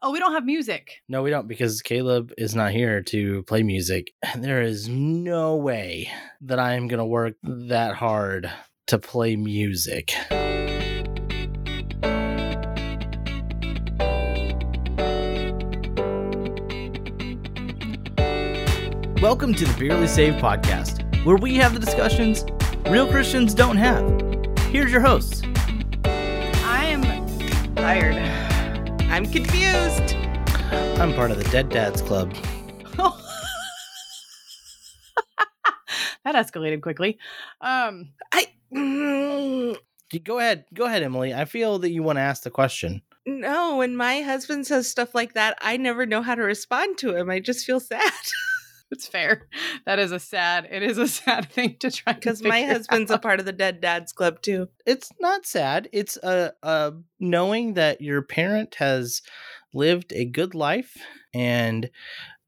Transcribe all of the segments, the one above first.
Oh, we don't have music. No, we don't because Caleb is not here to play music. And there is no way that I am going to work that hard to play music. Welcome to the Barely Saved podcast, where we have the discussions real Christians don't have. Here's your hosts. I am tired. I'm confused. I'm part of the Dead Dads Club. That escalated quickly. Um, I mm, You- Go ahead, go ahead, Emily. I feel that you want to ask the question. no, when my husband says stuff like that, I never know how to respond to him. I just feel sad it's fair. That is a sad. It is a sad thing to try because my husband's a a part of the Dead Dads Club too. it's not sad. It's uh, uh, knowing that your parent has lived a good life and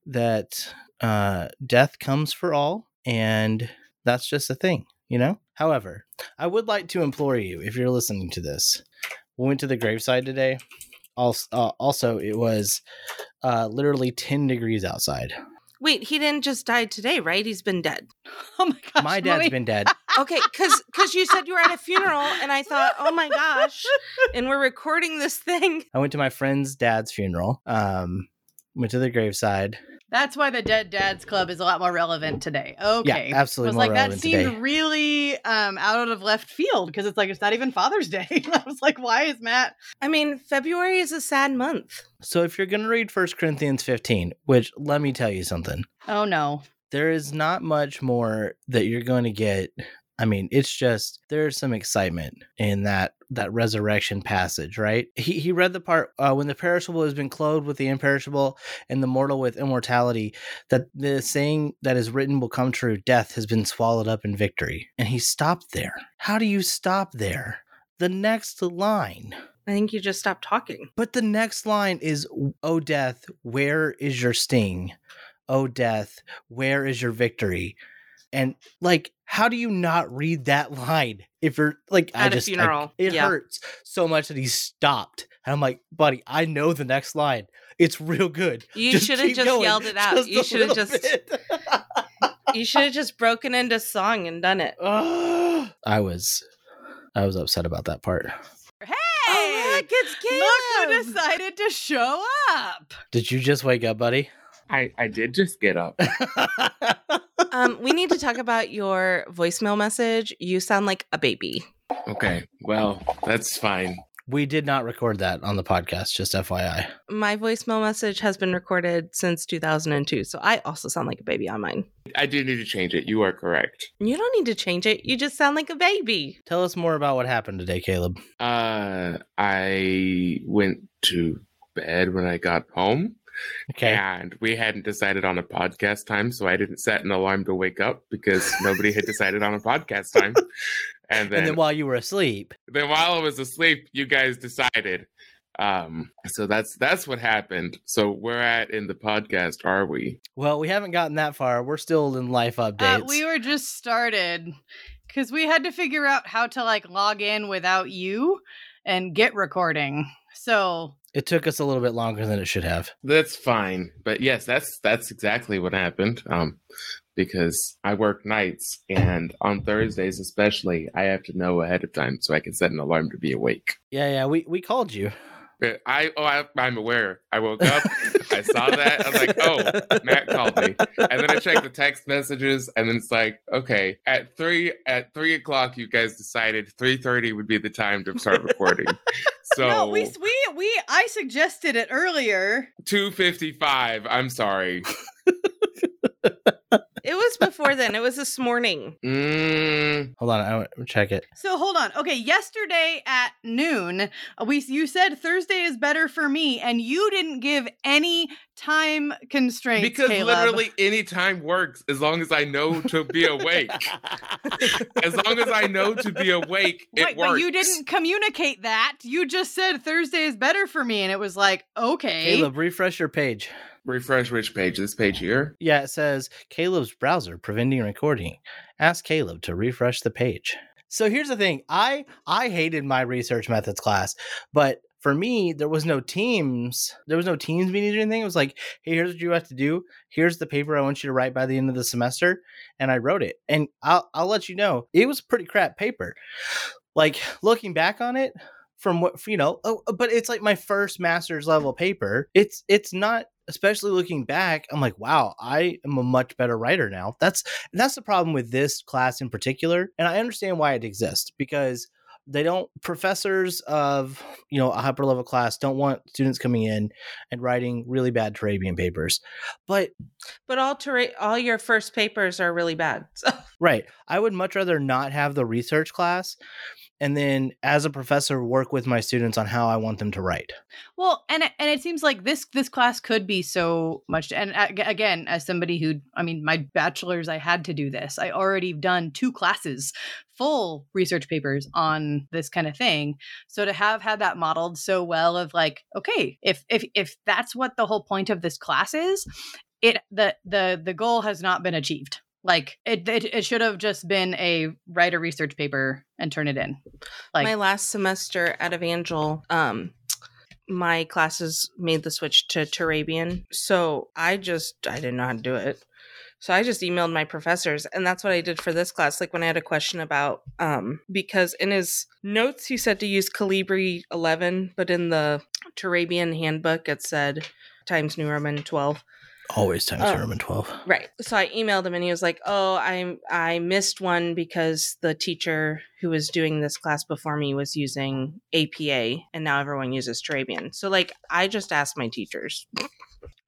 that uh, death comes for all, and that's just a thing, you know. However, I would like to implore you, if you're listening to this, we went to the graveside today. Also, uh, also it was uh, literally ten degrees outside. Wait, he didn't just die today, right? He's been dead. Oh my gosh, My dad's Molly. been dead. Okay, because because you said you were at a funeral, and I thought, oh my gosh, and we're recording this thing. I went to my friend's dad's funeral. Um, went to the graveside. That's why the Dead Dads Club is a lot more relevant today. Okay, I absolutely was more like that relevant seemed today. really um out of left field because it's like it's not even Father's Day. I was like, why is Matt? I mean, February is a sad month. So if you're going to read 1 Corinthians 15, which let me tell you something, Oh no, there is not much more that you're going to get. I mean, it's just there's some excitement in that that resurrection passage, right? He he read the part uh, when the perishable has been clothed with the imperishable and the mortal with immortality, that the saying that is written will come true, death has been swallowed up in victory. And he stopped there. How do you stop there? The next line I think you just stopped talking. but the next line is, "O death, where is your sting? O death, where is your victory?" And like, how do you not read that line if you're like, I At a just I- funeral, it yeah. hurts so much that he stopped, and I'm like, buddy, I know the next line. It's real good. You Just should have keep just going, yelled it out. just you a should have little just bit." you should have just broken into song and done it. I was, I was upset about that part. hey, Oh look, it's look who Caleb. decided to show up. Did you just wake up, buddy? I, I did just get up. um, we need to talk about your voicemail message. You sound like a baby. Okay. Well, that's fine. we did not record that on the podcast. Just FYI. My voicemail message has been recorded since 2002, so I also sound like a baby on mine. I do need to change it. You are correct. You don't need to change it. You just sound like a baby. Tell us more about what happened today, Caleb. Uh, I went to bed when I got home, Okay. and we hadn't decided on a podcast time, so I didn't set an alarm to wake up because nobody had decided on a podcast time. And then, and then while you were asleep, then while I was asleep, you guys decided. Um, so that's that's what happened. So where at in the podcast are we? well, we haven't gotten that far. We're still in life updates. Uh, we were just started because we had to figure out how to like log in without you and get recording. So it took us a little bit longer than it should have. That's fine. But yes, that's that's exactly what happened. Um because I work nights and on Thursdays especially, I have to know ahead of time so I can set an alarm to be awake. Yeah, yeah. We we called you. But I oh I, I'm aware. I woke up, I saw that, I was like, "Oh, Matt called me." and then I checked the text messages, and then it's like, okay, at three at three o'clock, you guys decided three thirty would be the time to start recording. So no, we we we I suggested it earlier. two fifty five. I'm sorry. It was before then. It was this morning. Mm, Hold on, I want check it. So hold on. Okay, yesterday at noon, uh, we you said Thursday is better for me, and you didn't give any time constraints. because Caleb. literally any time works as long as I know to be awake. as long as I know to be awake, it Right, works. but you didn't communicate that. You just said Thursday is better for me, and it was like, okay. Caleb, refresh your page. refresh which page? This page here. Yeah, it says Caleb's browser preventing recording. Ask Caleb to refresh the page. So here's the thing. I I hated my research methods class, but for me, there was no teams. There was no teams meetings or anything. It was like, hey, here's what you have to do. Here's the paper I want you to write by the end of the semester. And I wrote it. And I'll, I'll let you know, it was pretty crap paper. Like looking back on it, from what you know, oh, but it's like my first master's level paper. It's it's not especially looking back, I'm like, wow, I am a much better writer now. That's that's the problem with this class in particular, and I understand why it exists because they don't professors of you know a hyper level class don't want students coming in and writing really bad Turabian papers, but But all terra- all your first papers are really bad. So Right. I would much rather not have the research class and then as a professor work with my students on how I want them to write. Well, and it- and it seems like this this class could be so much. And a- again, as somebody who, I mean, my bachelor's, I had to do this. I already done two classes, full research papers on this kind of thing. So to have had that modeled so well of like, okay, if if if that's what the whole point of this class is, it the the the goal has not been achieved. Like it it, it should have just been a write a research paper and turn it in. Like my last semester at Evangel, um, my classes made the switch to Turabian. So I just I didn't know how to do it. So I just emailed my professors, and that's what I did for this class. Like when I had a question about um, because in his notes he said to use Calibri eleven, but in the Turabian handbook it said Times New Roman twelve. Always times Oh. oh. Roman 12. Right. So I emailed him and he was like, "Oh, I I missed one because the teacher who was doing this class before me was using APA and now everyone uses Turabian." So like I just asked my teachers.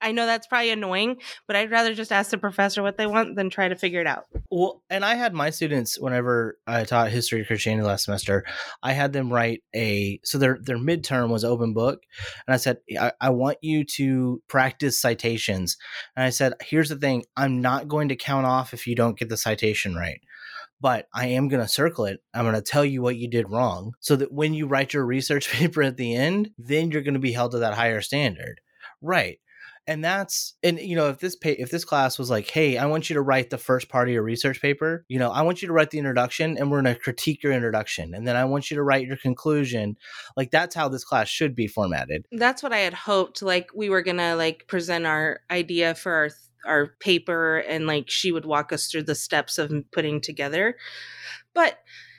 I know that's probably annoying, but I'd rather just ask the professor what they want than try to figure it out. Well, and I had my students whenever I taught history of Christianity last semester, I had them write a so their their midterm was open book, and I said I, I want you to practice citations, and I said here's the thing I'm not going to count off if you don't get the citation right, but I am going to circle it. I'm going to tell you what you did wrong, so that when you write your research paper at the end, then you're going to be held to that higher standard, right? and that's and you know if this pay if this class was like hey i want you to write the first part of your research paper you know i want you to write the introduction and we're going to critique your introduction and then i want you to write your conclusion like that's how this class should be formatted That's what I had hoped like we were going to like present our idea for our our paper and like she would walk us through the steps of putting together. But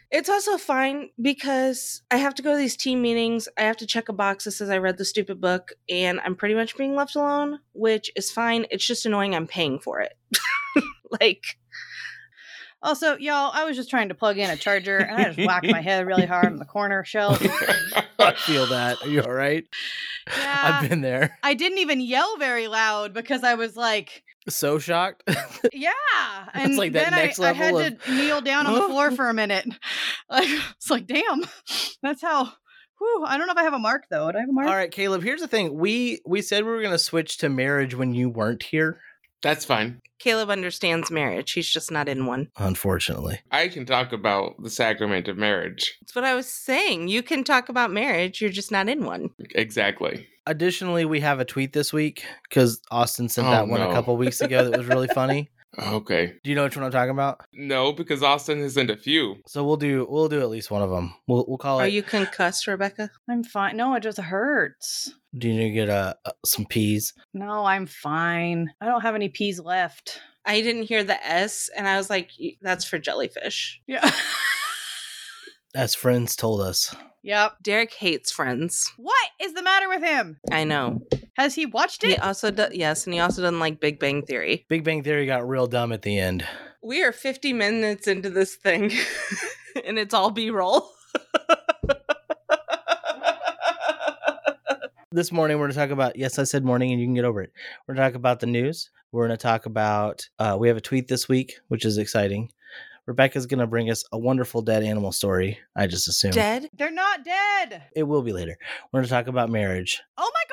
it's also fine because I have to go to these team meetings. I have to check a box that says I read the stupid book, and I'm pretty much being left alone, which is fine. It's just annoying. I'm paying for it. like, Also, y'all, I was just trying to plug in a charger and I just whacked my head really hard on the corner shelf. i feel that are you all right Yeah. i've been there I didn't even yell very loud because I was like, so shocked yeah. And like that then next I, I had level of- to kneel down on the floor for a minute. Like, it's like, damn, that's how. Whew, I don't know if I have a mark though. Do I have a mark? all right caleb here's the thing we we said we were going to switch to marriage when you weren't here That's fine. Caleb understands marriage. He's just not in one. unfortunately I can talk about the sacrament of marriage. That's what I was saying. You can talk about marriage, you're just not in one. Exactly. additionally we have a tweet this week because austin sent Oh, that one a no. couple weeks ago that was really funny Okay. do you know which one i'm talking about No, because Austin has sent a few. So we'll do we'll do at least one of them. We'll we'll call Are it. you concussed, Rebecca? I'm fine. No, it just hurts. do you need to get uh, uh, some peas? No, I'm fine. I don't have any peas left. I didn't hear the S, and I was like, "Y- that's for jellyfish. Yeah. As friends told us, yep. Derek hates friends. What is the matter with him? I know. Has he watched He it? also does, yes, and he also doesn't like Big Bang Theory. Big Bang Theory got real dumb at the end. We are 50 minutes into this thing, and it's all B roll. This morning we're gonna talk about. Yes, I said morning, and you can get over it. We're gonna talk about the news. We're gonna talk about. Uh, we have a tweet this week, which is exciting. Rebecca's gonna bring us a wonderful dead animal story. I just assume Dead? They're not dead. it will be later. We're gonna talk about marriage, Oh my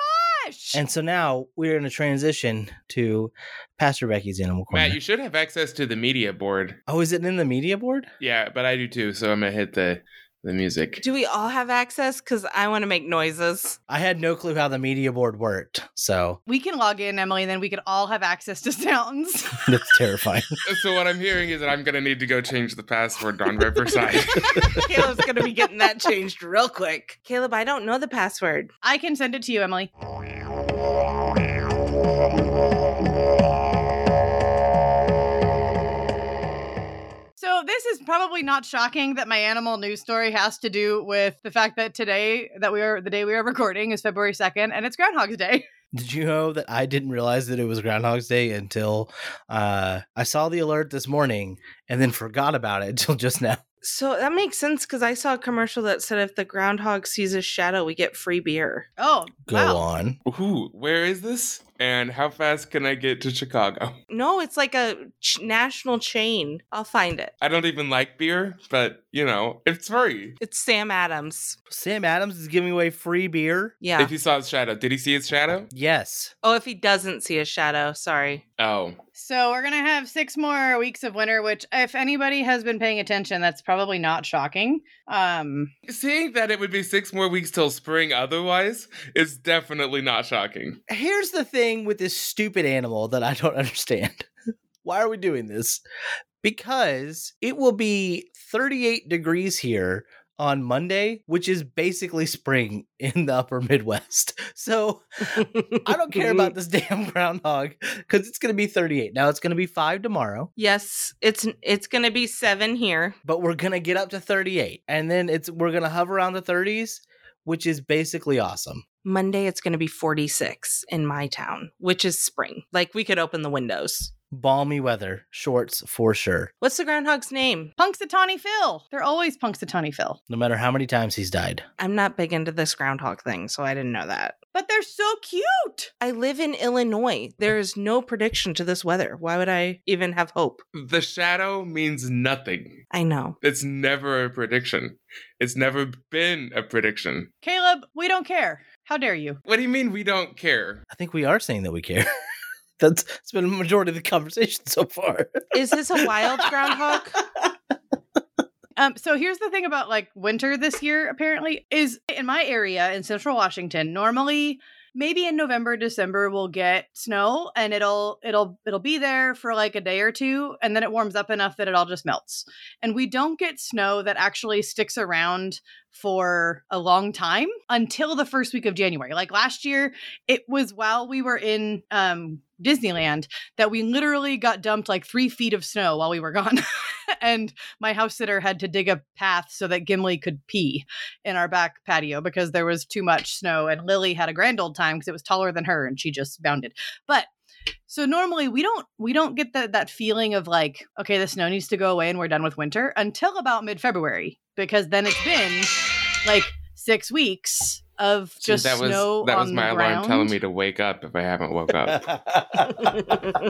gosh. and so now we're gonna transition to Pastor Becky's animal corner. Matt, you should have access to the media board. oh, is it in the media board? Yeah, but I do too, so I'm gonna hit the the music. Do we all have access? Because I want to make noises. I had no clue how the media board worked, so We can log in, Emily, and then we could all have access to sounds. that's terrifying. So what I'm hearing is that I'm gonna need to go change the password on Riverside. Caleb's going to be getting that changed real quick. Caleb, I don't know the password. I can send it to you, Emily. So, this is probably not shocking that my animal news story has to do with the fact that today, that we are the day we are recording, is February 2nd, and it's Groundhog's Day. Did you know that I didn't realize that it was Groundhog's Day until uh, I saw the alert this morning and then forgot about it until just now? So that makes sense because I saw a commercial that said if the groundhog sees a shadow, we get free beer. Oh, Go wow. on. Ooh, where is this? And how fast can I get to Chicago? No, it's like a ch- national chain. I'll find it. I don't even like beer, but you know, it's free. It's Sam Adams. Sam Adams is giving away free beer. Yeah. If you saw his shadow, did he see his shadow? Yes. oh, if he doesn't see a shadow, sorry. Oh, So, we're going to have six more weeks of winter, which, if anybody has been paying attention, that's probably not shocking. Um, seeing that it would be six more weeks till spring. Otherwise, is definitely not shocking. Here's the thing with this stupid animal that I don't understand. Why are we doing this? Because it will be 38 degrees here on Monday, which is basically spring in the upper Midwest. So I don't care about this damn groundhog because it's going to be 38. Now it's going to be five tomorrow, Yes, it's it's gonna be seven here. but we're going to get up to 38. And then it's we're going to hover around the 30s, which is basically awesome. Monday it's gonna be forty six in my town, which is spring. Like we could open the windows. Balmy weather, shorts for sure, What's the groundhog's name? Punxsutawney Phil. They're always Punxsutawney Phil. no matter how many times he's died. I'm not big into this groundhog thing, so I didn't know that. But they're so cute. I live in Illinois. There is no prediction to this weather. Why would I even have hope? The shadow means nothing. I know. It's never a prediction. It's never been a prediction. Caleb, we don't care. How dare you? What do you mean we don't care? I think we are saying that we care. That's, that's been a majority of the conversation so far. Is this a wild groundhog? Um, so here's the thing about like winter this year, apparently, is in my area in central Washington, normally maybe in November, December we'll get snow and it'll it'll it'll be there for like a day or two, and then it warms up enough that it all just melts. And we don't get snow that actually sticks around for a long time until the first week of January. Like last year, it was while we were in um Disneyland that we literally got dumped like three feet of snow while we were gone. and my house sitter had to dig a path so that Gimli could pee in our back patio because there was too much snow. And Lily had a grand old time because it was taller than her and she just bounded. But so normally we don't we don't get that that feeling of like okay the snow needs to go away and we're done with winter until about mid February because then it's been like six weeks of See, just that was snow that on was my the alarm ground. telling me to wake up if I haven't woke up. Oh.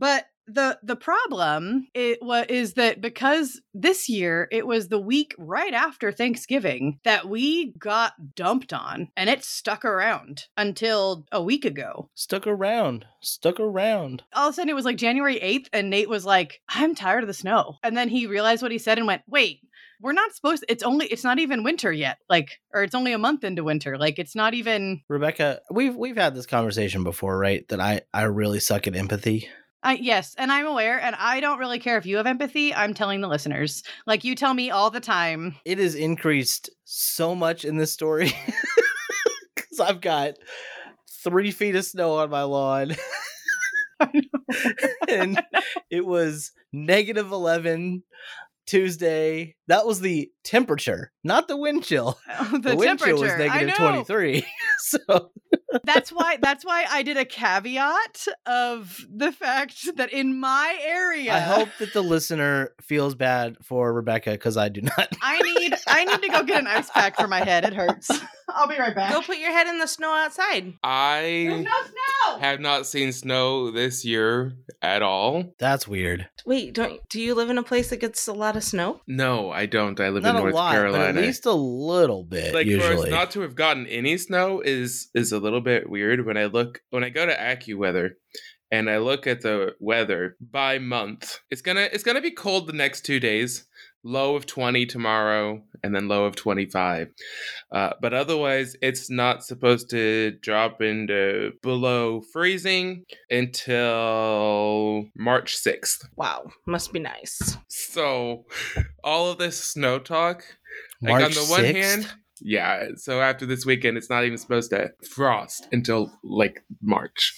But the the problem it wa- is that because this year it was the week right after Thanksgiving that we got dumped on, and it stuck around until a week ago. stuck around, stuck around. All of a sudden, it was like January eighth, and Nate was like, "I'm tired of the snow," and then he realized what he said and went, "Wait." We're not supposed it's only it's not even winter yet. Like or it's only a month into winter. Like it's not even Rebecca, we've we've had this conversation before, right? That I I really suck at empathy. I, yes, and I'm aware, and I don't really care if you have empathy. I'm telling the listeners. Like you tell me all the time. It has increased so much in this story because I've got three feet of snow on my lawn, and it was negative eleven Tuesday. That was the temperature, not the wind chill. the, The, wind temperature chill was negative I know. twenty three. So that's why that's why I did a caveat of the fact that in my area I hope that the listener feels bad for Rebecca because I do not. I need I need to go get an ice pack for my head. It hurts. I'll be right back. Go put your head in the snow outside. There's I no snow. have not seen snow this year at all. That's weird. Wait, don't do you live in a place that gets a lot of snow? No, I don't. I live Not in a North lot, Carolina. but at least a little bit. like for us usually, not to have gotten any snow is is a little bit weird when I look when I go to AccuWeather and I look at the weather by month. It's gonna it's gonna be cold the next two days. low of 20 tomorrow and then low of 25. Uh, but otherwise, it's not supposed to drop into below freezing until March 6th. Wow, must be nice. So, all of this snow talk, March like on the one 6th? hand, yeah, so after this weekend, it's not even supposed to frost until like March.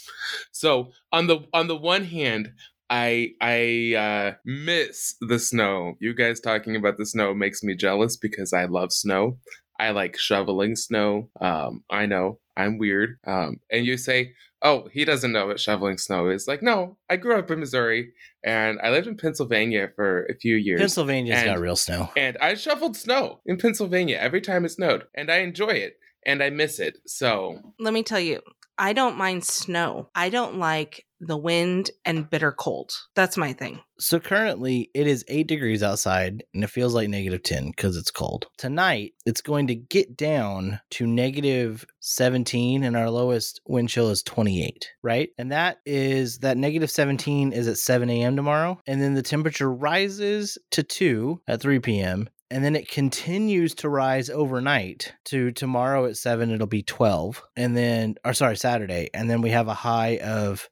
So on the on the one hand, I I uh, miss the snow. You guys talking about the snow makes me jealous because I love snow. I like shoveling snow. Um, I know I'm weird. Um, and you say, "Oh, he doesn't know what shoveling snow is." Like, no, I grew up in Missouri and I lived in Pennsylvania for a few years. Pennsylvania's And- got real snow. And I shoveled snow in Pennsylvania every time it snowed, and I enjoy it and I miss it. So, Let me tell you, I don't mind snow. I don't like the wind and bitter cold. That's my thing. So currently it is eight degrees outside and it feels like negative 10 because it's cold. Tonight it's going to get down to negative 17 and our lowest wind chill is 28, right? And that is that negative 17 is at 7 a.m. tomorrow. And then the temperature rises to 2 at 3 p.m. And then it continues to rise overnight to tomorrow at 7, it'll be 12. And then, or sorry, Saturday. And then we have a high of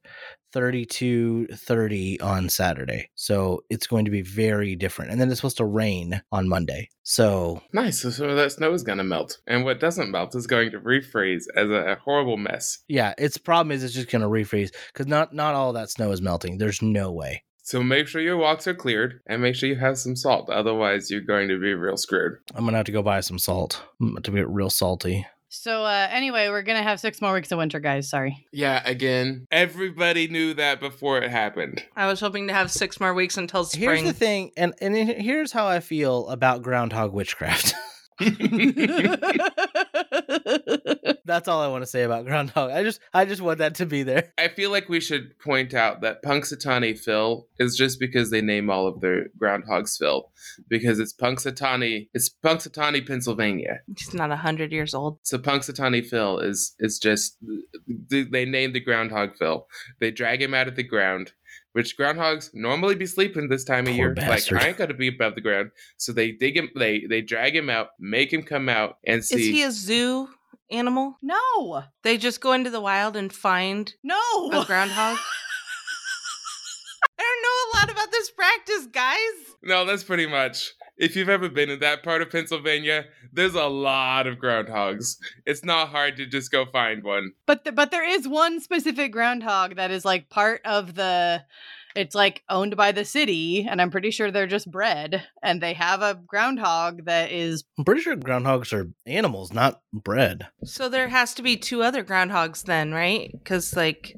32 30 on Saturday. So it's going to be very different. And then it's supposed to rain on Monday. So nice. So, so that snow is going to melt. And what doesn't melt is going to refreeze as a, horrible mess. yeah, its problem is it's just going to refreeze because not not all that snow is melting. There's no way. So, make sure your walks are cleared and make sure you have some salt. Otherwise, you're going to be real screwed. I'm gonna have to go buy some salt I'm about to get real salty. So uh, anyway, we're gonna have six more weeks of winter, guys. Sorry. Yeah, again, everybody knew that before it happened. I was hoping to have six more weeks until spring. Here's the thing, and and it- here's how I feel about groundhog witchcraft. That's all I want to say about groundhog. I just I just want that to be there. I feel like we should point out that Punxsutawney Phil is just because they name all of their groundhogs Phil, because it's Punxsutawney, it's Punxsutawney, Pennsylvania. He's not a hundred years old. So Punxsutawney Phil is is just th- they named the groundhog Phil. They drag him out of the ground, which groundhogs normally be sleeping this time Poor of year. bastard. Like I ain't gonna be above the ground. So they dig him. They they drag him out, make him come out and Is see. he a zoo animal? no, They just go into the wild and find no. a groundhog. I don't know a lot about this practice, guys. no, that's pretty much. If you've ever been in that part of Pennsylvania, there's a lot of groundhogs. It's not hard to just go find one. But th- but there is one specific groundhog that is like part of the. It's like owned by the city, and I'm pretty sure they're just bred, and they have a groundhog that is. I'm pretty sure groundhogs are animals, not bread. So there has to be two other groundhogs then, right? Because like,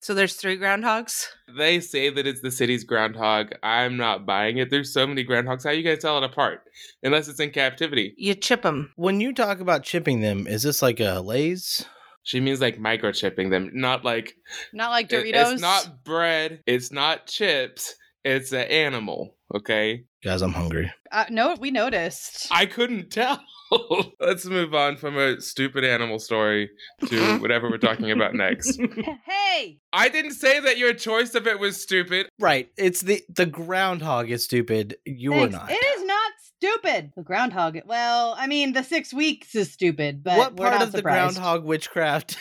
so there's three groundhogs. They say that it's the city's groundhog. I'm not buying it. There's so many groundhogs. How you guys tell it apart? Unless it's in captivity. You chip them. When you talk about chipping them, is this like a lays? She means like microchipping them, not like Not like it- Doritos. It's not bread. It's not chips. It's an animal. Okay, Guys, I'm hungry. Uh, no, we noticed. I couldn't tell. Let's move on from a stupid animal story to whatever we're talking about next. hey, I didn't say that your choice of it was stupid. Right. It's the the groundhog is stupid. You're thanks. not. It is not stupid. The groundhog. Well, I mean, the six weeks is stupid, but what we're part not of the surprised. groundhog witchcraft?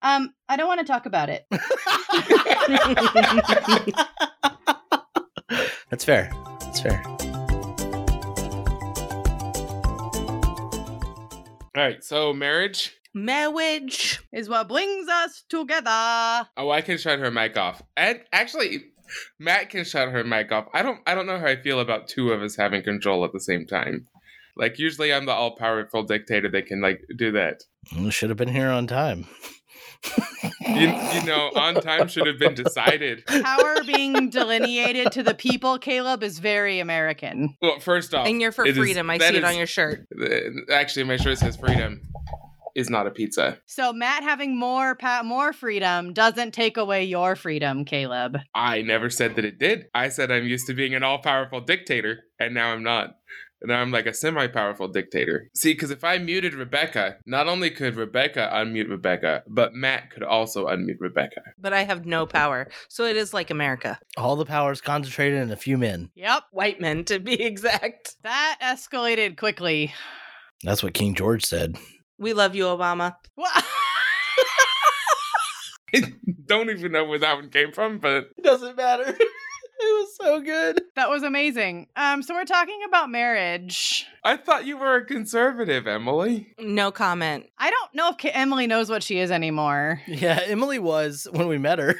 Um, I don't want to talk about it. That's fair. That's fair. All right, so marriage. Marriage. Is what brings us together. Oh, I can shut her mic off. And actually, Matt can shut her mic off. I don't. I don't know how I feel about two of us having control at the same time. Like usually, I'm the all-powerful dictator that can like do that. You should have been here on time. You, you know, on time should have been decided. Power being delineated to the people, Caleb, is very American. Well, first off, And you're for Oh, it is- freedom. I that see it is- on your shirt. uh, Actually, my shirt says freedom is not a pizza. So Matt having more pa- more freedom doesn't take away your freedom, Caleb. I never said that it did. I said I'm used to being an all-powerful dictator, and now I'm not. and I'm like a semi-powerful dictator. See, because if I muted Rebecca, not only could Rebecca unmute Rebecca, but Matt could also unmute Rebecca. But I have no power. So it is like America. All the power is concentrated in a few men. Yep. White men, to be exact. That escalated quickly. That's what King George said. We love you, Obama. Wha- Don't even know where that one came from, but Doesn't matter. it was so good. that was amazing. Um, so we're talking about marriage. I thought you were a conservative, Emily. No comment. I don't know if K- Emily knows what she is anymore. Yeah, Emily was when we met her.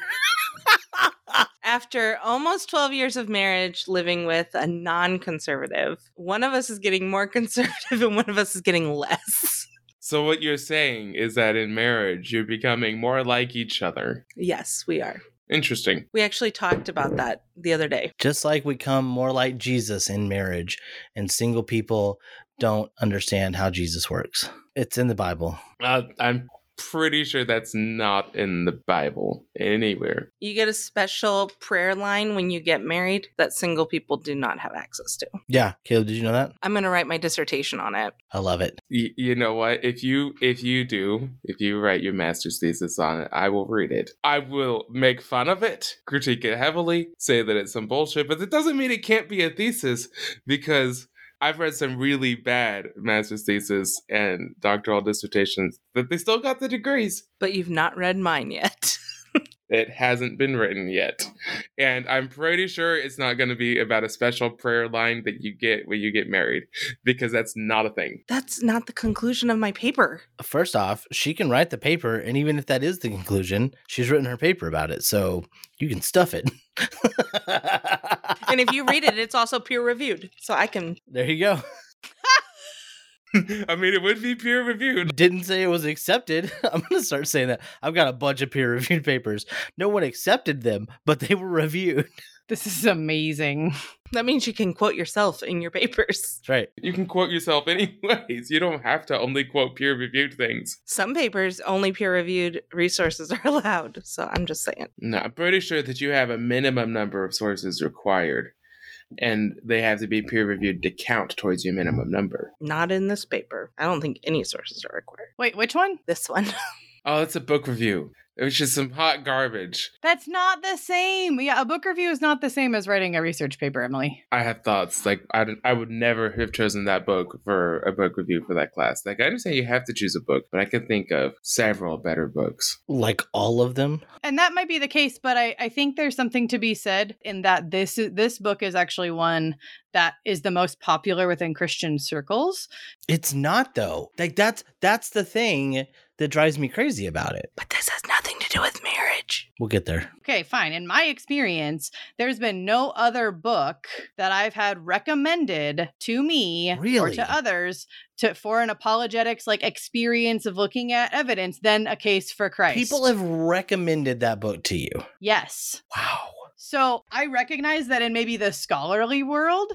After almost 12 years of marriage living with a non conservative, one of us is getting more conservative and one of us is getting less. So what you're saying is that in marriage you're becoming more like each other. Yes, we are. Interesting. We actually talked about that the other day. Just like we come more like Jesus in marriage, and single people don't understand how Jesus works. It's in the Bible. Uh, I'm pretty sure that's not in the Bible anywhere. You get a special prayer line when you get married that single people do not have access to. Yeah, Caleb, did you know that? I'm going to write my dissertation on it. I love it. Y- you know what? If you if you do, if you write your master's thesis on it, I will read it. I will make fun of it, critique it heavily, say that it's some bullshit, but it doesn't mean it can't be a thesis because I've read some really bad master's thesis and doctoral dissertations that they still got the degrees. But you've not read mine yet. It hasn't been written yet. And I'm pretty sure it's not going to be about a special prayer line that you get when you get married because that's not a thing. That's not the conclusion of my paper. First off, she can write the paper, and even if that is the conclusion, she's written her paper about it, so you can stuff it. And if you read it, it's also peer reviewed. So I can. there you go. I mean, it would be peer reviewed. Didn't say it was accepted. I'm going to start saying that. I've got a bunch of peer reviewed papers. No one accepted them, but they were reviewed. This is amazing. That means you can quote yourself in your papers. That's right. You can quote yourself anyways. You don't have to only quote peer reviewed things. Some papers, only peer reviewed resources are allowed. So I'm just saying. No, I'm pretty sure that you have a minimum number of sources required, and they have to be peer reviewed to count towards your minimum number. Not in this paper. I don't think any sources are required. Wait, which one? This one. Oh, that's a book review. It was just some hot garbage. That's not the same. Yeah, a book review is not the same as writing a research paper, Emily. I have thoughts. Like I, don't- I would never have chosen that book for a book review for that class. Like I understand you have to choose a book, but I can think of several better books. Like all of them. And that might be the case, but I, I think there's something to be said in that this is, this book is actually one that is the most popular within Christian circles. It's not though. Like that's that's the thing that drives me crazy about it. But this has nothing to do with marriage. We'll get there. Okay, fine. In my experience, there's been no other book that I've had recommended to me or Really? to others to for an apologetics like experience of looking at evidence than a case for Christ. People have recommended that book to you. yes. Wow. So I recognize that in maybe the scholarly world,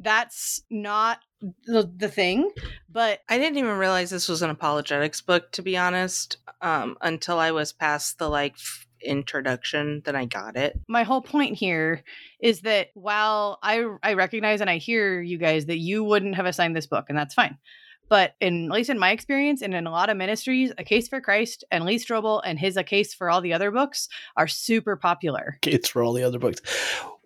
that's not the, the thing, but I didn't even realize this was an apologetics book, to be honest, um, until I was past the like f- introduction. Then I got it. my whole point here is that while I I recognize and I hear you guys that you wouldn't have assigned this book, and that's fine. But in at least in my experience and in a lot of ministries, A Case for Christ and Lee Strobel and his A Case for all the other books are super popular. It's for all the other books.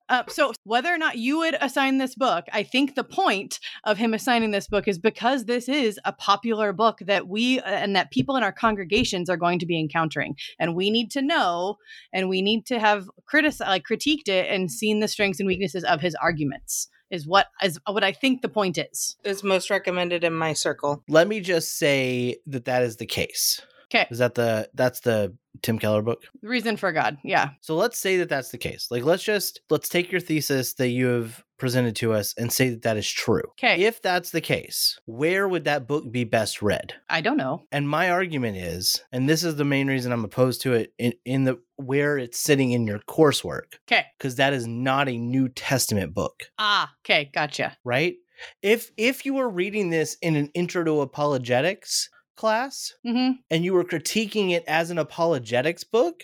Uh, so whether or not you would assign this book, I think the point of him assigning this book is because this is a popular book that we uh, and that people in our congregations are going to be encountering, and we need to know, and we need to have criticized, like critiqued it, and seen the strengths and weaknesses of his arguments. Is what is what I think the point is. It's most recommended in my circle. Let me just say that that is the case. 'Kay. Is that the that's the Tim Keller book? The reason for God, yeah, So let's say that that's the case. Like let's just let's take your thesis that you have presented to us and say that that is true. 'Kay. If that's the case, where would that book be best read? I don't know. And my argument is, and this is the main reason I'm opposed to it in, in the where it's sitting in your coursework, Okay, because that is not a New Testament book, ah, okay, gotcha. right? If if you were reading this in an intro to apologetics class hmm and you were critiquing it as an apologetics book,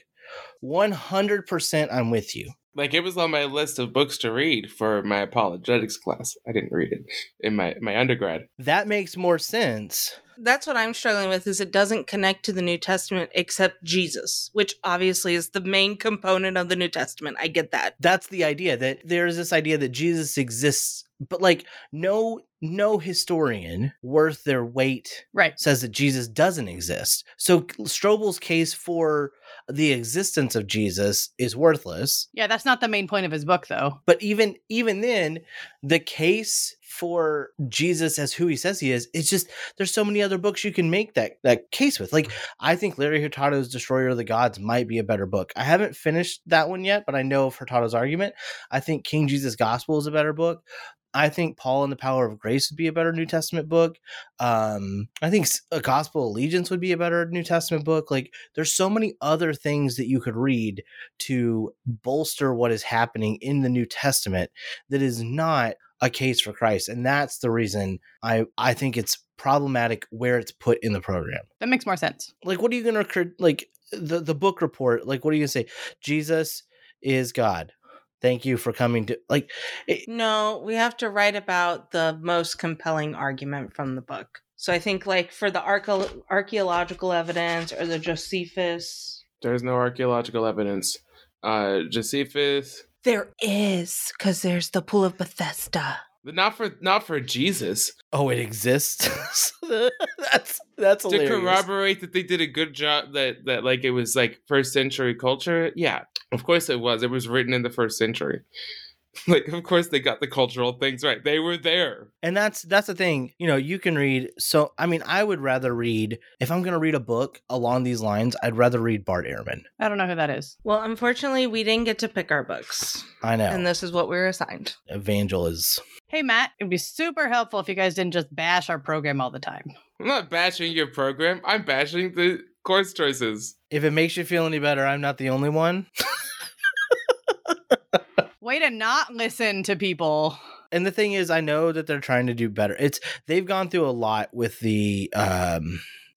100% I'm with you. Like it was on my list of books to read for my apologetics class. I didn't read it in my my undergrad. That makes more sense. That's what I'm struggling with is it doesn't connect to the New Testament except Jesus, which obviously is the main component of the New Testament. I get that. That's the idea that there is this idea that Jesus exists, but like no no historian worth their weight Right. says that Jesus doesn't exist. So Strobel's case for the existence of Jesus is worthless. Yeah, that's not the main point of his book, though. But even even then, the case for Jesus as who he says he is, it's just there's so many other books you can make that that case with. Like I think Larry Hurtado's Destroyer of the Gods might be a better book. I haven't finished that one yet, but I know of Hurtado's argument. I think King Jesus Gospel is a better book. I think Paul and the Power of Grace would be a better New Testament book. Um, I think s- a Gospel Allegiance would be a better New Testament book. Like, there's so many other things that you could read to bolster what is happening in the New Testament that is not a case for Christ, and that's the reason I I think it's problematic where it's put in the program That makes more sense. like what are you gonna crit- like the the book report like what are you gonna say jesus is god thank you for coming to like No, we have to write about the most compelling argument from the book. So I think like for the archeo- archaeological evidence or the Josephus There's no archaeological evidence. Uh Josephus there is cuz there's the pool of Bethesda. not for not for Jesus. oh it exists So that's that's hilarious. to corroborate that they did a good job that that like it was like first century culture yeah of course it was it was written in the first century like of course they got the cultural things right they were there and that's that's the thing you know you can read so i mean i would rather read if i'm gonna read a book along these lines i'd rather read bart ehrman I don't know who that is. Well, unfortunately, we didn't get to pick our books. i know And this is what we were assigned. evangel is Hey, Matt, it'd be super helpful if you guys didn't just bash our program all the time. i'm not bashing your program i'm bashing the course choices if it makes you feel any better i'm not the only one Way to not listen to people. and the thing is i know that they're trying to do better it's they've gone through a lot with the um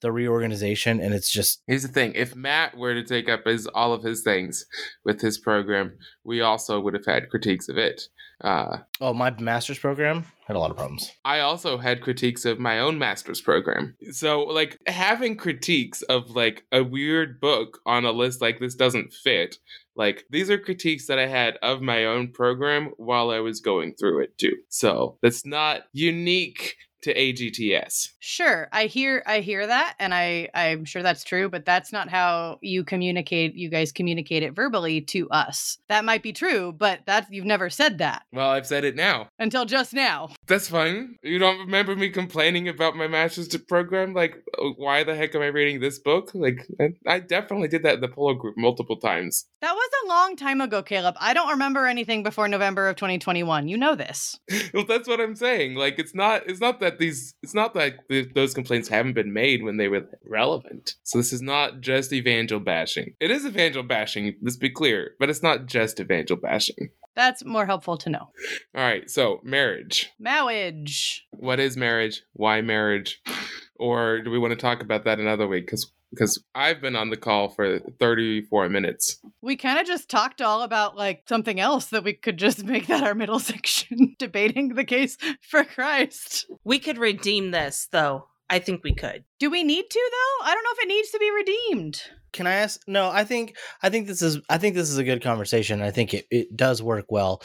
the reorganization and it's just here's the thing if matt were to take up his all of his things with his program we also would have had critiques of it uh oh my master's program had a lot of problems I also had critiques of my own master's program. So, like, having critiques of like a weird book on a list like this doesn't fit. Like, these are critiques that I had of my own program while I was going through it too. So, that's not unique to AGTS. Sure, I hear I hear that and I I'm sure that's true, but that's not how you communicate you guys communicate it verbally to us. That might be true, but that you've never said that Well, I've said it now. until just now. That's fine. You don't remember me complaining about my master's d- program? Like, why the heck am I reading this book? Like, I- I definitely did that in the polo group multiple times. That was a long time ago, Caleb. I don't remember anything before November of 2021. You know this. well that's what i'm saying like it's not it's not that these it's not that th- those complaints haven't been made when they were relevant so this is not just evangel bashing it is evangel bashing let's be clear but it's not just evangel bashing That's more helpful to know. all right so marriage Marriage. what is marriage why marriage or do we want to talk about that another week because because i've been on the call for 34 minutes We kind of just talked all about like something else that we could just make that our middle section debating the case for Christ. We could redeem this, though. I think we could. Do we need to though? I don't know if it needs to be redeemed. can i ask no i think i think this is i think this is a good conversation i think it, it does work well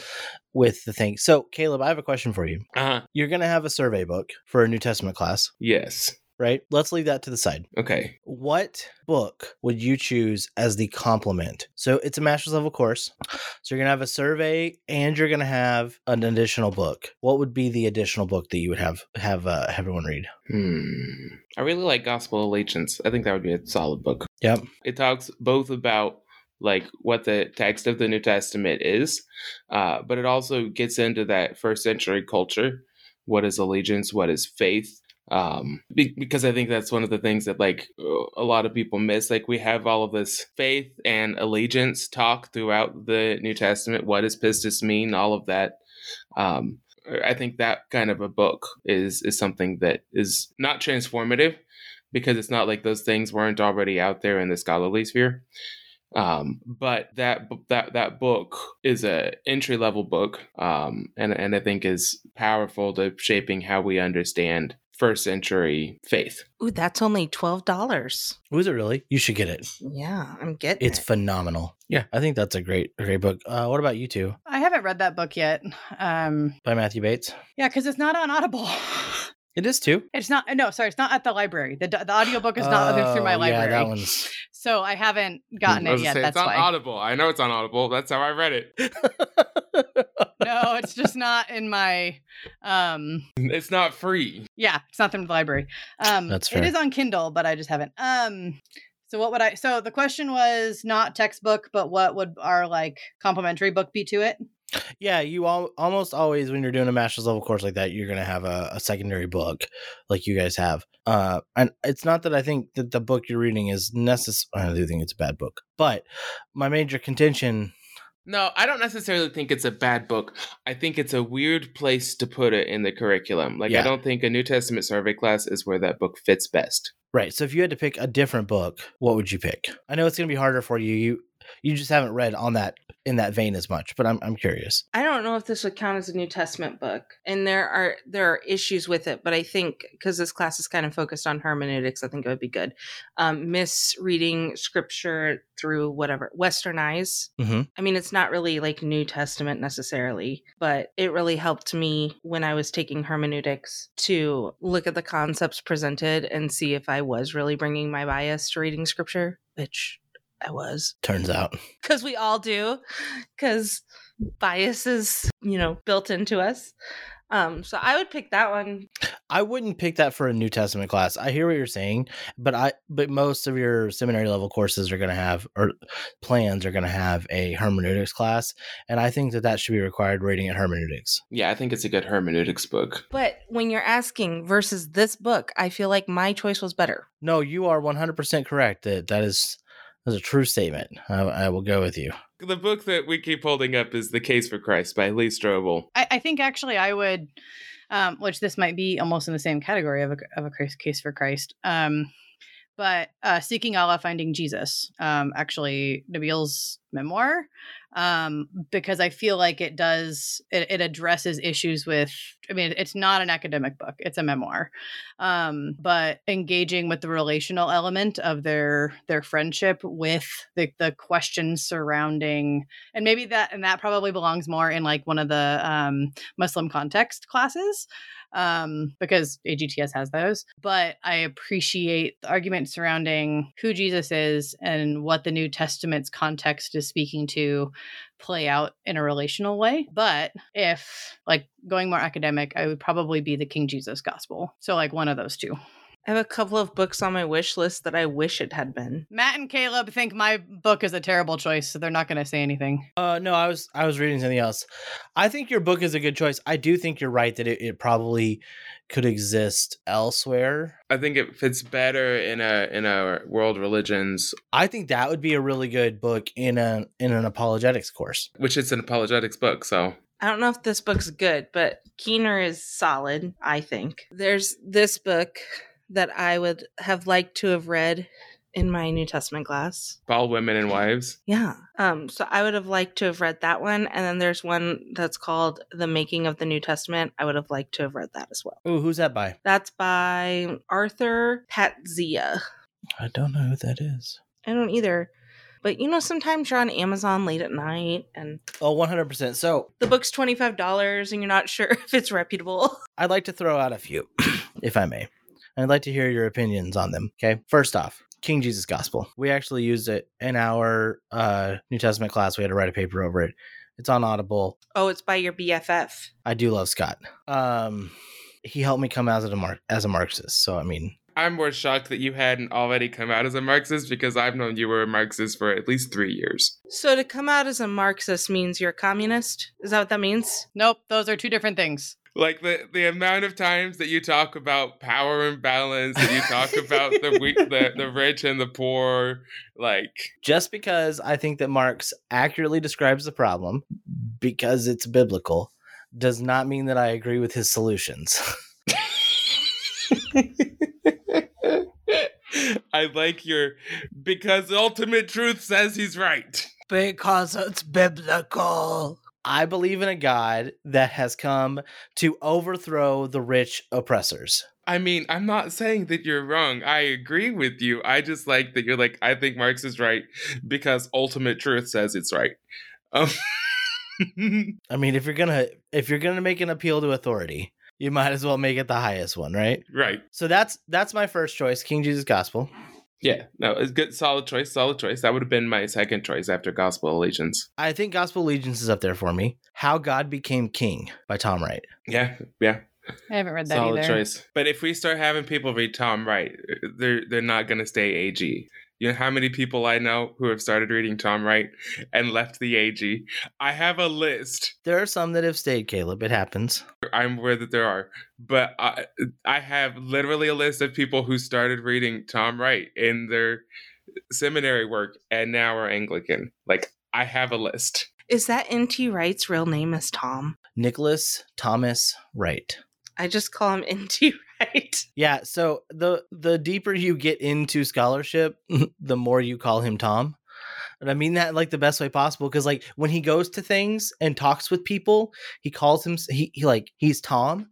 with the thing so caleb i have a question for you uh you're gonna have a survey book for a new testament class yes right let's leave that to the side okay what book would you choose as the complement? So it's a master's level course. So you're going to have a survey and you're going to have an additional book. What would be the additional book that you would have have uh, everyone read? hmm i really like gospel allegiance i think that would be a solid book Yep. it talks both about like what the text of the new testament is uh, but it also gets into that first century culture what is allegiance what is faith um be- because i think that's one of the things that like a lot of people miss like we have all of this faith and allegiance talk throughout the new testament what does pistis mean all of that um i think that kind of a book is is something that is not transformative because it's not like those things weren't already out there in the scholarly sphere. Um, but that that that book is a entry level book, um, and and I think is powerful to shaping how we understand first century faith. Ooh, that's only twelve dollars. Was it really? You should get it. Yeah, I'm getting It's it. phenomenal. Yeah, I think that's a great, great book. Uh, what about you two? I haven't read that book yet. Um, By Matthew Bates. yeah, because it's not on Audible. It is too. It's not. No, sorry, it's not at the library. The the audiobook is not through my Oh, library. Yeah, that one's. So I haven't I gotten it was gonna yet. say, That's it's on why. Audible. I know it's on Audible. That's how I read it. no, it's just not in my. Um, It's not free. yeah, it's not through the library. Um, That's It fair. is on Kindle, but I just haven't. Um, so what would I? So the question was not textbook, but what would our like complimentary book be to it? yeah, you all almost always when you're doing a master's level course like that, you're gonna have a, a secondary book, like you guys have. Uh, and it's not that I think that the book you're reading is necessary. I do think it's a bad book, but my major contention. No, I don't necessarily think it's a bad book. I think it's a weird place to put it in the curriculum. Like, Yeah. I don't think a New Testament survey class is where that book fits best. Right. So if you had to pick a different book, what would you pick? I know it's gonna be harder for you. You you just haven't read on that in that vein as much, but I'm I'm curious. I don't know if this would count as a New Testament book, and there are there are issues with it, but I think because this class is kind of focused on hermeneutics, I think it would be good. Um, misreading scripture through whatever Western eyes. Mhm. I mean, it's not really like New Testament necessarily, but it really helped me when I was taking hermeneutics to look at the concepts presented and see if I was really bringing my bias to reading scripture, which I was Turns out. because we all do because bias is you know built into us um so i would pick that one I wouldn't pick that for a New Testament class. I hear what you're saying, but I but most of your seminary level courses are going to have or plans are going to have a hermeneutics class, and I think that that should be required reading at hermeneutics. Yeah, I think it's a good hermeneutics book. but when you're asking versus this book i feel like my choice was better No, you are 100% correct. That that is that's a true statement. I, I will go with you. The book that we keep holding up is The Case for Christ by Lee Strobel. I, I think actually I would, um, which this might be almost in the same category of a of a Christ- case for Christ. Um, but uh, seeking Allah, finding Jesus, um, actually Nabil's memoir, um, because I feel like it does it, it addresses issues with. I mean, it's not an academic book; it's a memoir, um, but engaging with the relational element of their their friendship with the the questions surrounding and maybe that and that probably belongs more in like one of the um, Muslim context classes um, because AGTS has those. But I appreciate the argument surrounding who Jesus is and what the New Testament's context is speaking to play out in a relational way. But if like going more academic, I would probably be the King Jesus Gospel. So like one of those two. i have a couple of books on my wish list that i wish it had been Matt and Caleb think my book is a terrible choice, so they're not going to say anything. Uh, no, I was I was reading something else. I think your book is a good choice. I do think you're right that it, it probably could exist elsewhere. I think it fits better in a in a world religions, I think that would be a really good book in an in an apologetics course. which it's an apologetics book. So i don't know if this book's good but keener is solid i think there's this book that i would have liked to have read in my new testament class Paul, women and wives. Yeah. Um, so I would have liked to have read that one. And then there's one that's called The Making of the New Testament. I would have liked to have read that as well. Ooh, who's that by? That's by Arthur Patzia. I don't know who that is. I don't either. But you know, sometimes you're on Amazon late at night and Oh, 100%. So the book's $25 and you're not sure if it's reputable. I'd like to throw out a few, if I may. I'd like to hear your opinions on them. Okay. First off, King Jesus Gospel. We actually used it in our uh, New Testament class. We had to write a paper over it. It's on Audible. Oh, it's by your BFF. I do love Scott. Um, he helped me come out as a Mar- as a Marxist. So I mean, I'm more shocked that you hadn't already come out as a Marxist because I've known you were a Marxist for at least three years. So to come out as a Marxist means you're a communist? Is that what that means? Nope, those are two different things. Like the, the amount of times that you talk about power imbalance, and you talk about the weak, the, the rich and the poor, like just because I think that Marx accurately describes the problem because it's biblical does not mean that I agree with his solutions. I like your because ultimate truth says he's right. Because it's biblical. I believe in a God that has come to overthrow the rich oppressors. I mean, I'm not saying that you're wrong. I agree with you. I just like that you're like, I think Marx is right because ultimate truth says it's right. Um, I mean, if you're gonna if you're gonna make an appeal to authority, you might as well make it the highest one, right? right. So that's that's my first choice, King Jesus Gospel. Yeah. No, it's good. Solid choice. Solid choice. That would have been my second choice after Gospel Allegiance. I think Gospel Allegiance is up there for me. How God Became King by Tom Wright. Yeah. Yeah. I haven't read that Solid either. choice. But if we start having people read Tom Wright, they're they're not gonna stay AG. You know how many people I know who have started reading Tom Wright and left the AG? I have a list. There are some that have stayed, Caleb. It happens. I'm aware that there are, but I I have literally a list of people who started reading Tom Wright in their seminary work and now are Anglican. Like I have a list. Is that NT Wright's real name is Tom? Nicholas Thomas Wright. I just call him NT Wright. Yeah, so the the deeper you get into scholarship, the more you call him Tom. And I mean that in, like the best way possible because like when he goes to things and talks with people, he calls him he, he like he's Tom.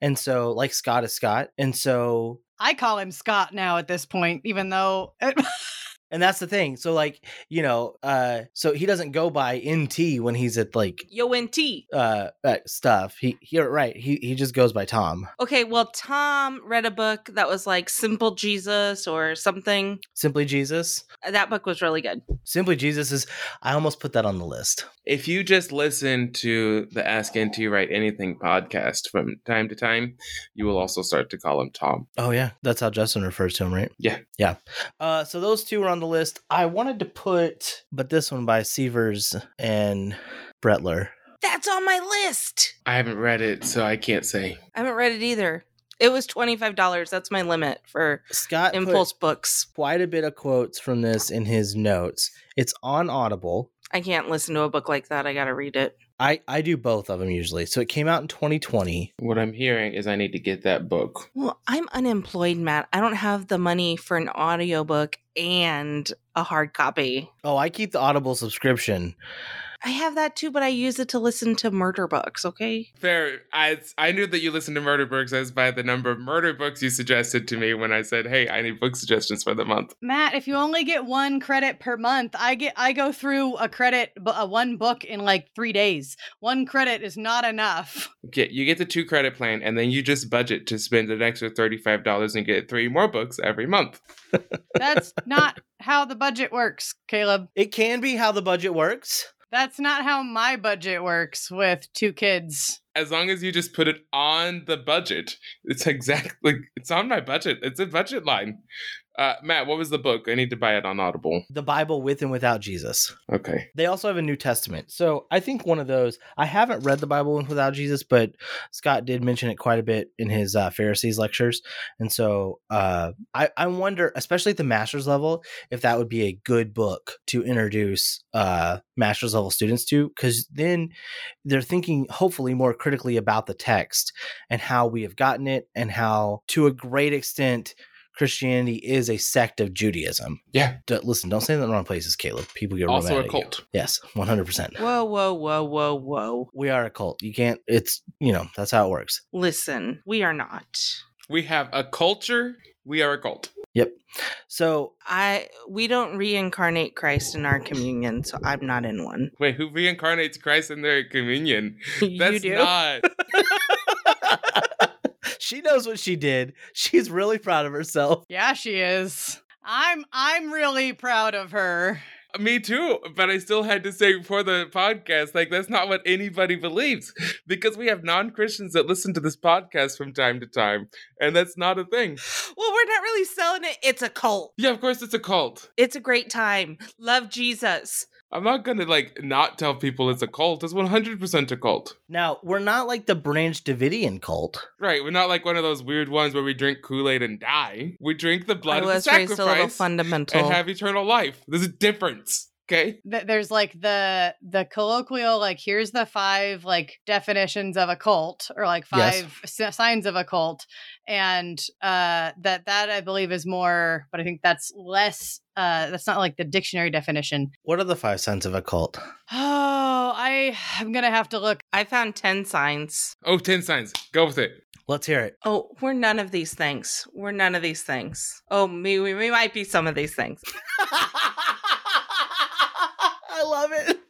And so like Scott is Scott. And so I call him Scott now at this point, even though and that's the thing. So like, you know, uh so he doesn't go by NT when he's at like Yo, NT. uh, uh stuff. He he right. He he just goes by Tom. Okay, well, Tom read a book that was like Simple Jesus or something. Simply Jesus. That book was really good. Simply Jesus is I almost put that on the list. If you just listen to the Ask NT Write Anything podcast from time to time, you will also start to call him Tom. Oh yeah, that's how Justin refers to him, right? Yeah. yeah. Uh, so those two were on the list. I wanted to put, but this one by Severs and Bretler. That's on my list. I haven't read it, so I can't say. I haven't read it either. It was $25. That's my limit for Scott impulse books. put quite a bit of quotes from this in his notes. It's on Audible. I can't listen to a book like that. I got to read it. I I do both of them usually. So it came out in 2020. What I'm hearing is I need to get that book. Well, I'm unemployed, Matt. I don't have the money for an audiobook and a hard copy. Oh, I keep the Audible subscription. I have that too, but I use it to listen to murder books, okay? Fair. I I knew that you listened to murder books as by the number of murder books you suggested to me when I said, "Hey, I need book suggestions for the month." Matt, if you only get one credit per month, I get I go through a credit bu- uh, one book in like 3 days. One credit is not enough. get you get the two credit plan and then you just budget to spend an extra $35 and get three more books every month That's not how the budget works, Caleb. It can be how the budget works. That's not how my budget works with two kids. as long as you just put it on the budget it's exactly it's on my budget it's a budget line uh, matt what was the book i need to buy it on audible The Bible with and without Jesus. okay They also have a New Testament. So I think one of those, I haven't read the Bible without Jesus, but Scott did mention it quite a bit in his uh, Pharisees lectures. And so uh, I, I wonder, especially at the master's level, if that would be a good book to introduce uh, master's level students to, because then they're thinking hopefully more critically about the text and how we have gotten it and how, to a great extent, Christianity is a sect of Judaism. yeah D- listen, don't say that in the wrong places, Caleb. People get real mad also at a you. cult Yes, 100%. Whoa, whoa, whoa, whoa, whoa. We are a cult. You can't, it's, you know, that's how it works. Listen, we are not. we have a culture we are a cult So, I we don't reincarnate Christ in our communion, so I'm not in one. wait who reincarnates christ in their communion that's you do. not she knows what she did. She's really proud of herself. Yeah, she is. I'm I'm really proud of her. Me too, but I still had to say before the podcast, like that's not what anybody believes because we have non-Christians that listen to this podcast from time to time, and that's not a thing. Well, we're not really selling it. It's a cult. Yeah, of course it's a cult. It's a great time. Love Jesus. I'm not going to like not tell people it's a cult. It's 100% a cult. Now, we're not like the Branch Davidian cult. Right, we're not like one of those weird ones where we drink Kool-Aid and die. We drink the blood I of the was raised a little sacrifice fundamental. and have eternal life. There's a difference. Okay. th- there's like the the colloquial like here's the five like definitions of a cult or like Yes. five si- signs of a cult and uh that that i believe is more but i think that's less uh that's not like the dictionary definition What are the five signs of a cult? oh i i'm gonna have to look I found 10 signs. Oh, 10 signs. Go with it. Let's hear it. Oh, we're none of these things. We're none of these things. Oh, me, we, we might be some of these things. I love it.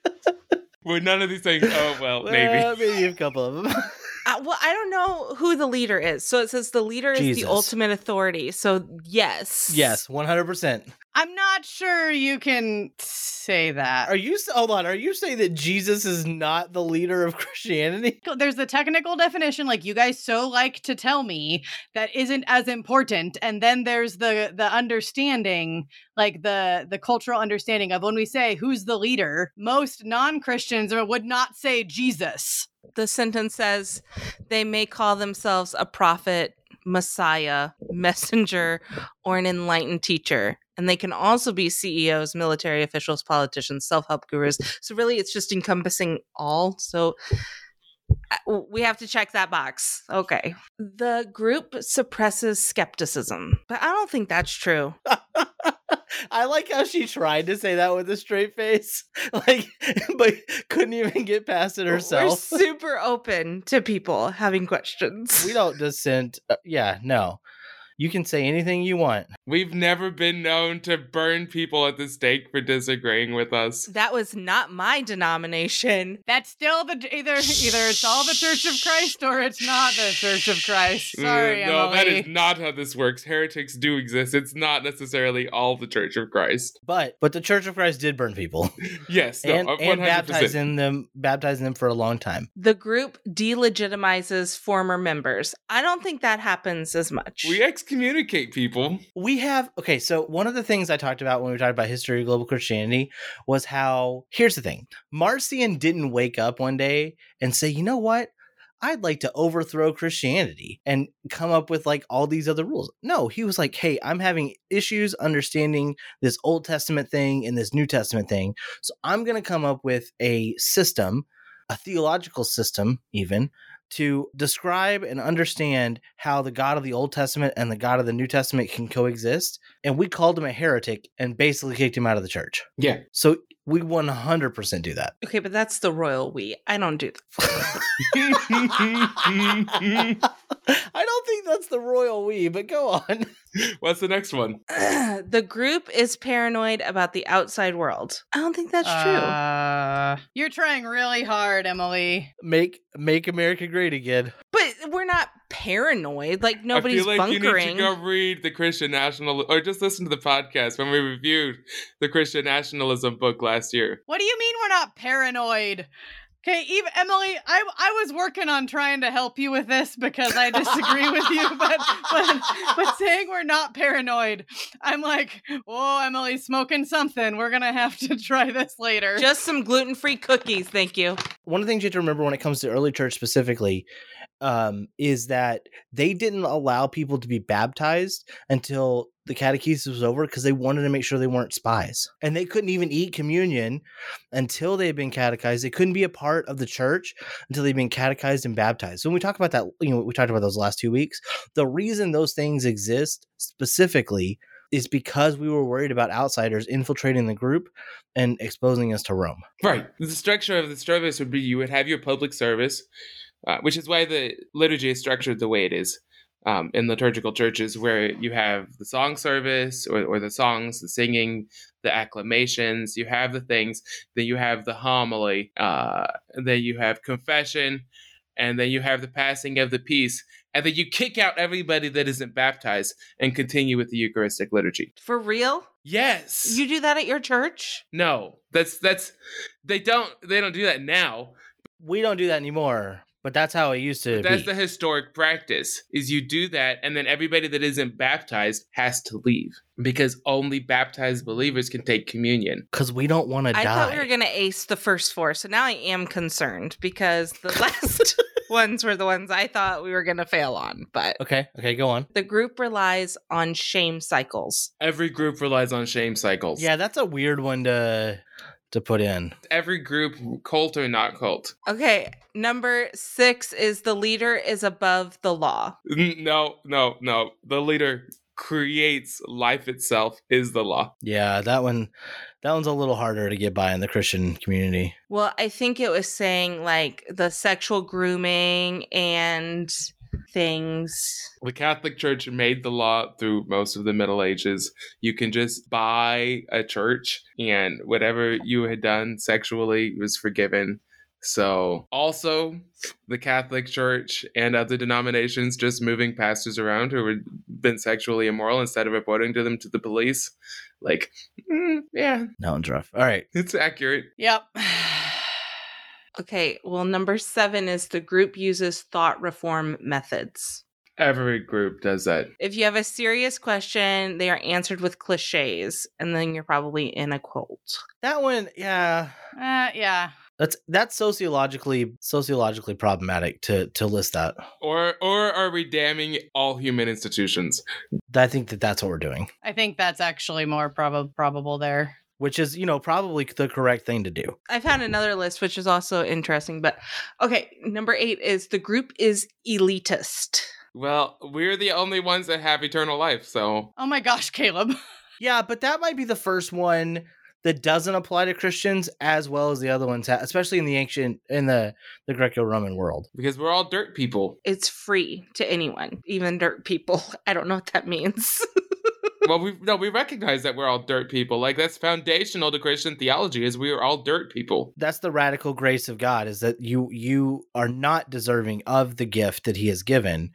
Well, none of these things. Oh, well, maybe. Uh, maybe a couple of them. Uh, well, I don't know who the leader is. So it says the leader is Jesus. the ultimate authority. So yes. yes, one hundred percent. i'm not sure you can say that Are you s- hold on? Are you saying that Jesus is not the leader of Christianity? there's the technical definition like you guys so like to tell me that isn't as important and then there's the the understanding like the the cultural understanding of when we say who's the leader most non-christians would not say jesus The sentence says they may call themselves a prophet, messiah, messenger, or an enlightened teacher. And they can also be CEOs, military officials, politicians, self help gurus. So really, it's just encompassing all. So uh, we have to check that box. Okay. The group suppresses skepticism, but I don't think that's true. I like how she tried to say that with a straight face, like, but couldn't even get past it herself. We're super open to people having questions. We don't dissent. Uh, yeah, no. You can say anything you want. We've never been known to burn people at the stake for disagreeing with us. That was not my denomination. that's still the either either it's all the church of christ or it's not the church of christ Mm, sorry no, Emily. that is not how this works. Heretics do exist. It's not necessarily all the Church of Christ. But but the Church of Christ did burn people Yes, no, and, uh, and 100%. baptizing them, baptizing them for a long time. The group delegitimizes former members. I don't think that happens as much. We excommunicate people. We have okay. So one of the things I talked about when we talked about history of global Christianity was how here's the thing: Marcion didn't wake up one day and say, "You know what? I'd like to overthrow Christianity and come up with like all these other rules." No, he was like, "Hey, I'm having issues understanding this Old Testament thing and this New Testament thing, so I'm going to come up with a system, a theological system, even." To describe and understand how the God of the Old Testament and the God of the New Testament can coexist. And we called him a heretic and basically kicked him out of the church. Yeah. So we 100% do that. okay, but that's the royal we. I don't do that. I don't think that's the royal we, but go on. What's the next one? the group is paranoid about the outside world. I don't think that's true. Uh, you're trying really hard emily Make make America great again. but we're not paranoid. Like nobody's I feel like you bunkering. need to go read the Christian national, or just listen to the podcast when we reviewed the Christian nationalism book last year. What do you mean we're not paranoid? Okay, Eve, Emily, I I was working on trying to help you with this because I disagree with you, but but but saying we're not paranoid, I'm like, oh, Emily's smoking something. We're gonna have to try this later. Just some gluten free cookies, thank you. One of the things you have to remember when it comes to early church specifically um, is that they didn't allow people to be baptized until the catechesis was over because they wanted to make sure they weren't spies. And they couldn't even eat communion until they had been catechized. They couldn't be a part of the church until they'd been catechized and baptized. So when we talk about that, you know, we talked about those last two weeks. The reason those things exist specifically is because we were worried about outsiders infiltrating the group and exposing us to Rome. Right. The structure of the service would be you would have your public service, uh, which is why the liturgy is structured the way it is um, in liturgical churches, where you have the song service or, or the songs, the singing, the acclamations, you have the things, then you have the homily, uh, and then you have confession, and then you have the passing of the peace, and then you kick out everybody that isn't baptized and continue with the Eucharistic liturgy. For real? Yes. You do that at your church? no, that's that's they don't they don't do that now. We don't do that anymore, but that's how it used to That's be. the historic practice is you do that and then everybody that isn't baptized has to leave because only baptized believers can take communion. because we don't want to I die. thought we were gonna ace the first four, so now I am concerned because the last ones were the ones I thought we were going to fail on, but Okay. Okay. Go on. the group relies on shame cycles. Every group relies on shame cycles. Yeah, that's a weird one to to put in. Every group, cult or not cult. Okay, number 6 is the leader is above the law. Mm, No, no, no. The leader creates life itself is the law. Yeah, that one that one's a little harder to get by in the Christian community. Well, I think it was saying like the sexual grooming and things. The Catholic Church made the law through most of the Middle Ages. You can just buy a church, and whatever you had done sexually was forgiven. So, also, the Catholic Church and other denominations just moving pastors around who had been sexually immoral instead of reporting to them to the police. Like, mm, yeah, That one's rough. All right. it's accurate. Yep. Uh, Okay, well, number seven is the group uses thought reform methods. Every group does that. If you have a serious question, they are answered with cliches, and then you're probably in a cult. That one, yeah. Uh, yeah. That's that's sociologically sociologically problematic to to list that. Or, or are we damning all human institutions? I think that that's what we're doing, I think that's actually more prob- probable there. which is, you know, probably the correct thing to do. I found another list, which is also interesting, but okay, number eight is the group is elitist. Well, we're the only ones that have eternal life, so Oh my gosh, Caleb. Yeah, but that might be the first one that doesn't apply to Christians as well as the other ones, ha- especially in the ancient in the the Greco-Roman world. because we're all dirt people. It's free to anyone, even dirt people. I don't know what that means. well, we no, we recognize that we're all dirt people. Like that's foundational to Christian theology is we are all dirt people. That's the radical grace of God is that you you are not deserving of the gift that he has given,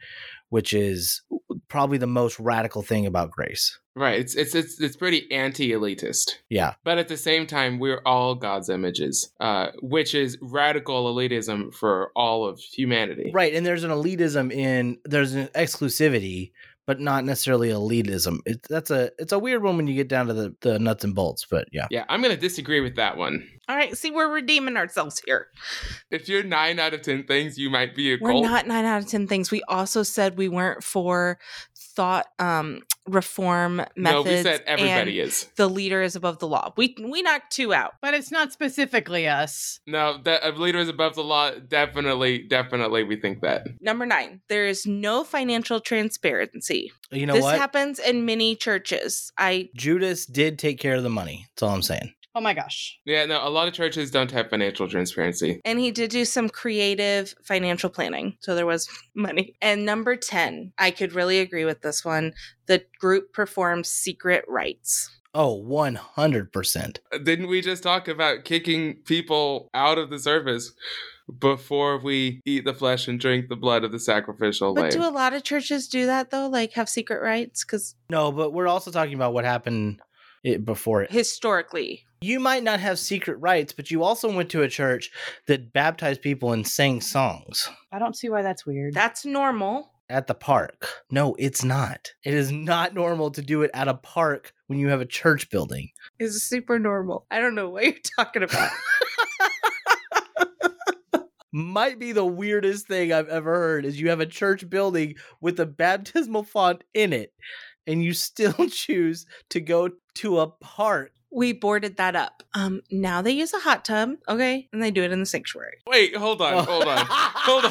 which is probably the most radical thing about grace. Right. It's it's it's it's pretty anti-elitist. Yeah. But at the same time, we're all God's images, uh, which is radical elitism for all of humanity. Right, and there's an elitism in there's an exclusivity but not necessarily elitism. It, that's a it's a weird one when you get down to the, the nuts and bolts, but yeah. Yeah, I'm gonna disagree with that one. All right, see, we're redeeming ourselves here. If you're nine out of ten things, you might be a We're cult. not nine out of ten things. We also said we weren't for thought um reform methods. no, we said and everybody is. The leader is above the law. We we knocked two out. But it's not specifically us. No, that a leader is above the law. Definitely, definitely, we think that. Number nine, there is no financial transparency. You know this what? happens in many churches. I Judas did take care of the money. That's all I'm saying. Oh my gosh. Yeah, no, a lot of churches don't have financial transparency. and he did do some creative financial planning. So there was money. And number 10, I could really agree with this one. The group performs secret rites. Oh, 100%. Didn't we just talk about kicking people out of the service before we eat the flesh and drink the blood of the sacrificial But lamb? do a lot of churches do that though? Like have secret rites? Because No, but we're also talking about what happened it, before it. historically, You might not have secret rites, but you also went to a church that baptized people and sang songs I don't see why that's weird. that's normal. at the park. No, it's not. It is not normal to do it at a park when you have a church building. Is super normal. I don't know what you're talking about. Might be the weirdest thing I've ever heard is you have a church building with a baptismal font in it and you still choose to go to a park. we boarded that up. Um, now they use a hot tub, okay, and they do it in the sanctuary. Wait, hold Oh. on, hold on. Hold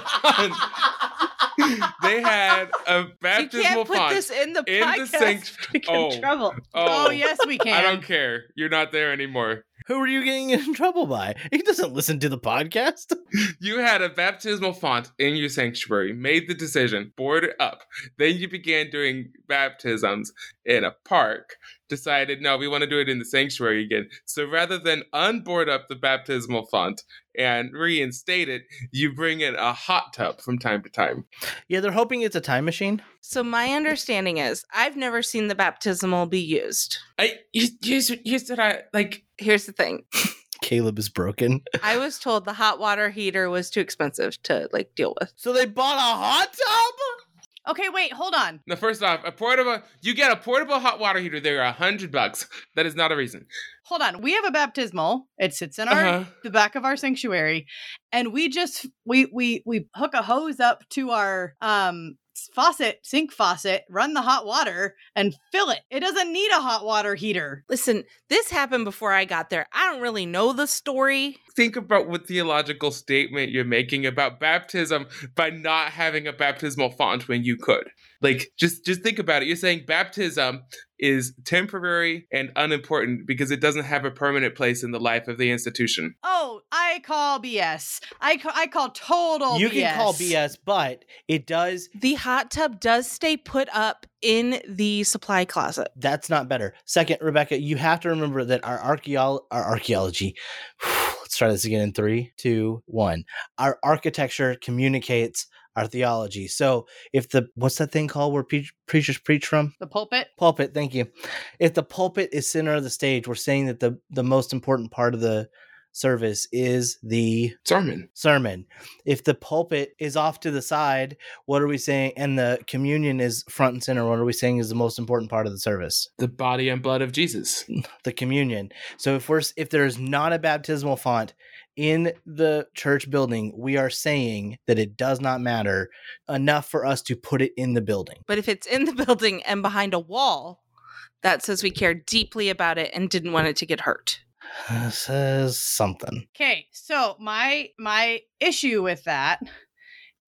on. they had a you baptismal can't put font. this in the in the podcast. sanct- we get in oh. trouble. Oh, yes, we can. I don't care. You're not there anymore. Who are you getting in trouble by? He doesn't listen to the podcast. You had a baptismal font in your sanctuary, made the decision, boarded it up. Then you began doing baptisms in a park, decided, no, we want to do it in the sanctuary again. So rather than unboard up the baptismal font and reinstate it, you bring in a hot tub from time to time. Yeah, they're hoping it's a time machine. So my understanding is I've never seen the baptismal be used. I, here's, here's what I like. Here's the thing. Caleb is broken. I was told the hot water heater was too expensive to like deal with. So they bought a hot tub? Okay, wait, hold on. No, first off, a portable you get a portable hot water heater, they're a hundred bucks. That is not a reason. Hold on. We have a baptismal. It sits in our Uh-huh. the back of our sanctuary, and we just we we we hook a hose up to our um faucet, sink faucet, run the hot water and fill it. It doesn't need a hot water heater. Listen, this happened before I got there. I don't really know the story. Think about what theological statement you're making about baptism by not having a baptismal font when you could. Like just just think about it. You're saying baptism is temporary and unimportant because it doesn't have a permanent place in the life of the institution. Oh, I call BS. I ca- I call total you BS. can call BS, but it does. The hot tub does stay put up in the supply closet. That's not better. Second, Rebecca, you have to remember that our archaeol our archaeology. Let's try this again in three, two, one. Our architecture communicates our theology. So if the what's that thing called where pre- preachers preach from? The pulpit. pulpit thank you if the pulpit is center of the stage we're saying that the the most important part of the service is the Sermon. sermon if the pulpit is off to the side what are we saying and the communion is front and center what are we saying is the most important part of the service The body and blood of Jesus. the communion so if we're s- if there's not a baptismal font in the church building we are saying that it does not matter enough for us to put it in the building But if it's in the building and behind a wall, that says we care deeply about it and didn't want it to get hurt. says something Okay, so my my issue with that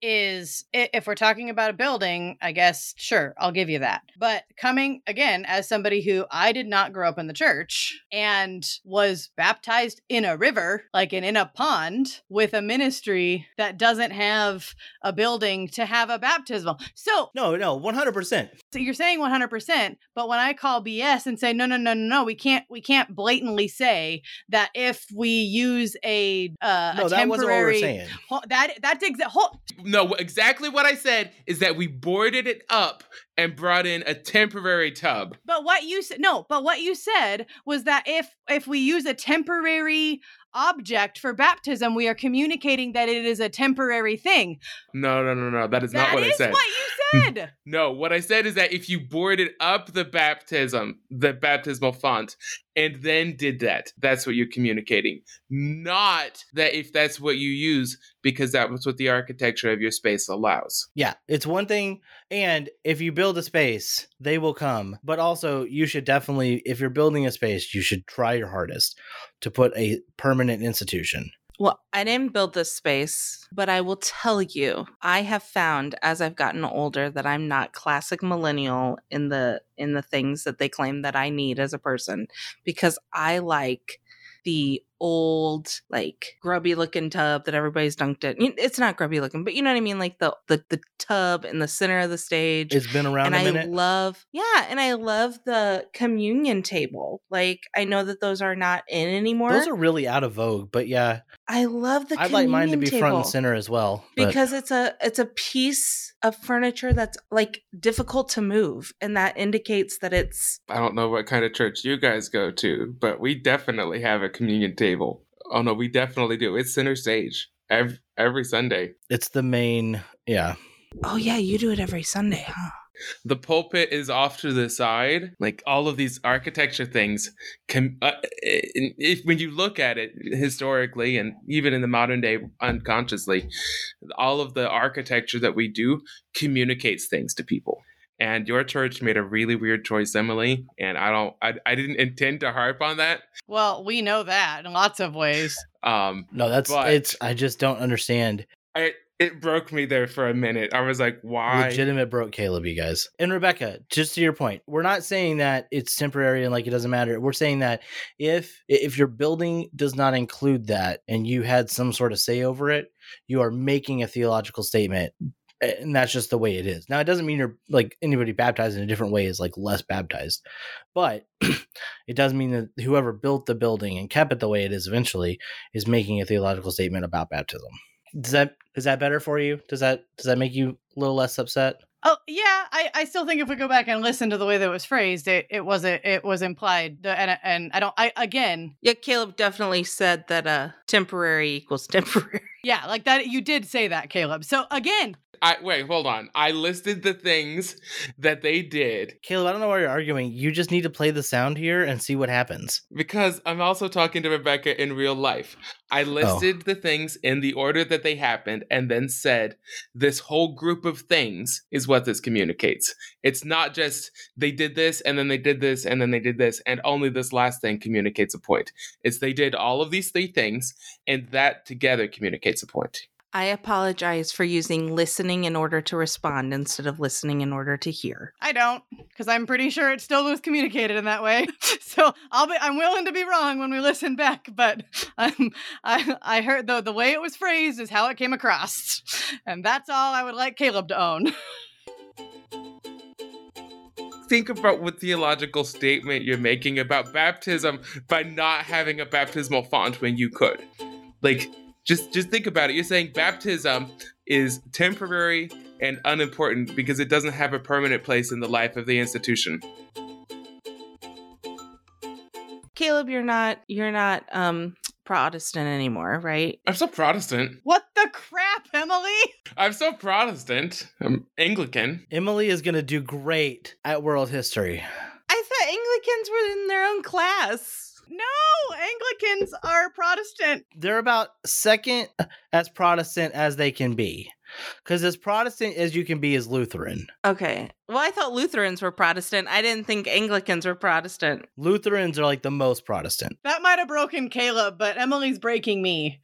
is i- if we're talking about a building, I guess sure, I'll give you that. But coming again as somebody who I did not grow up in the church and was baptized in a river, like in in a pond with a ministry that doesn't have a building to have a baptismal. So, no no 100% so you're saying 100%, but when I call BS and say no no no no no, we can't we can't blatantly say that if we use a uh no, a that wasn't what we temporary were saying. Ho- that that's exa- ho- No, exactly what I said is that we boarded it up and brought in a temporary tub. but what you said no, but what you said was that if if we use a temporary object for baptism, we are communicating that it is a temporary thing. No, no, no, no. That is That not what I is said. what you said. No, what I said is that if you boarded up the baptism, the baptismal font, and then did that, that's what you're communicating. Not that if that's what you use, because that was what the architecture of your space allows. Yeah, it's one thing. And if you build a space, they will come. But also, you should definitely, if you're building a space, you should try your hardest to put a permanent institution. Well, I didn't build this space, but I will tell you, I have found as I've gotten older that I'm not classic millennial in the in the things that they claim that I need as a person because I like the old like grubby looking tub that everybody's dunked in. You- It's not grubby looking, but you know what I mean like the the, the tub in the center of the stage It's been around and a I minute. love, yeah, and I love the communion table. Like I know that those are not in anymore. Those are really out of vogue. But yeah, I love the. I'd like mine to communion be table front and center as well. but- because it's a it's a piece of furniture that's like difficult to move, and that indicates that it's I don't know what kind of church you guys go to, but we definitely have a communion table. Oh, no, we definitely do. It's center stage every, every Sunday. it's the main, yeah. oh yeah, you do it every Sunday, huh? the pulpit is off to the side like all of these architecture things can uh, in- if when you look at it historically and even in the modern day unconsciously all of the architecture that we do communicates things to people and your church made a really weird choice emily and i don't i, I didn't intend to harp on that well, we know that in lots of ways. um No, that's But- it's. I just don't understand. I, it broke me there for a minute i was like why Legitimate broke Caleb, you guys. And Rebecca, just to your point, we're not saying that it's temporary and like it doesn't matter. We're saying that if if your building does not include that and you had some sort of say over it, you are making a theological statement. And that's just the way it is. Now it doesn't mean you're like anybody baptized in a different way is like less baptized. But it does mean that whoever built the building and kept it the way it is eventually is making a theological statement about baptism. Does that is that better for you? Does that does that make you a little less upset? Oh yeah, I, I still think if we go back and listen to the way that it was phrased, it, it was a, it was implied. The, and and I don't I again Yeah, Caleb definitely said that uh temporary equals temporary. Yeah, like that. You did say that, Caleb. So again, I wait, hold on. I listed the things that they did Caleb, I don't know why you're arguing. You just need to play the sound here and see what happens. because I'm also talking to Rebecca in real life. I listed the things in the order that they happened and then said this whole group of things is what this communicates. It's not just they did this and then they did this and then they did this and only this last thing communicates a point. It's they did all of these three things and that together communicates a point. I apologize for using listening in order to respond instead of listening in order to hear. I don't, because I'm pretty sure it still was communicated in that way. so I'll be I'm willing to be wrong when we listen back, but um, I I heard though the way it was phrased is how it came across, and that's all I would like Caleb to own. think about what theological statement you're making about baptism by not having a baptismal font when you could. Like just just think about it. You're saying baptism is temporary and unimportant because it doesn't have a permanent place in the life of the institution. Caleb, you're not you're not um Protestant anymore, right? I'm so Protestant. What the crap, Emily? I'm so Protestant. I'm Anglican. Emily is going to do great at world history. I thought Anglicans were in their own class. No, Anglicans are Protestant. They're about second as Protestant as they can be. Because as Protestant as you can be is Lutheran. Okay. Well, I thought Lutherans were Protestant. I didn't think Anglicans were Protestant. Lutherans are like the most Protestant. That might have broken Caleb, but Emily's breaking me.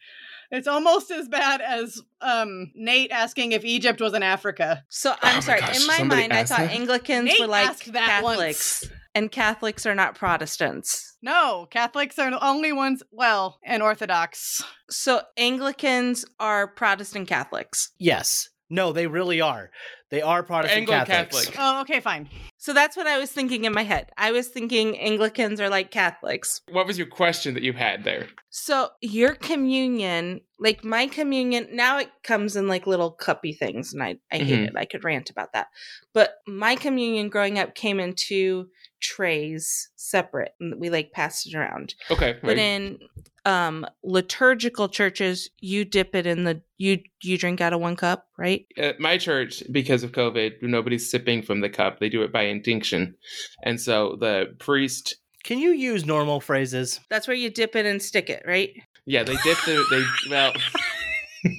It's almost as bad as um, Nate asking if Egypt was in Africa. So Oh I'm my sorry. gosh, in my somebody mind, I asked thought that? Anglicans Nate were like asked that Catholics, and Catholics are not Protestants. No, Catholics are the only ones, well, and Orthodox. So Anglicans are Protestant Catholics. Yes. No, they really are. They are Protestant Catholics. Anglo-Catholic. Oh, okay, fine. So that's what I was thinking in my head. I was thinking Anglicans are like Catholics. What was your question that you had there? So your communion, like my communion, now it comes in like little cuppy things, and I, I hate Mhm. it. I could rant about that. But my communion growing up came in two trays separate, and we like passed it around. Okay. But right. in um liturgical churches, you dip it in the you you drink out of one cup, right? at uh, my church because of covid nobody's sipping from the cup they do it by intinction and so the priest Can you use normal phrases? That's where you dip it and stick it, right? yeah they dip the they well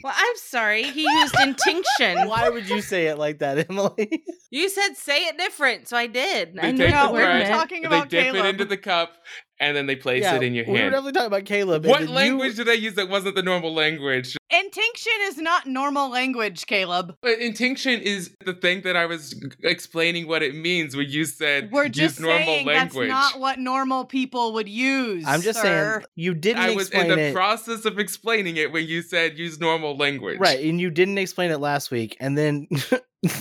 Well, I'm sorry. He used intinction. Why would you say it like that, Emily? You said say it different, so I did. They I knew what take No, the the we word were bread, meant. talking they about dip Caleb. it into the cup and then they place Yeah, it in your We were hand definitely talking about Caleb. and what then you- language did i use that wasn't the normal language Intinction is not normal language, Caleb. but intinction is the thing that i was explaining what it means when you said We're use just normal saying language that's not what normal people would use. I'm just sir. saying you didn't i was in explain the it. process of explaining it when you said use normal language Right, and you didn't explain it last week, and then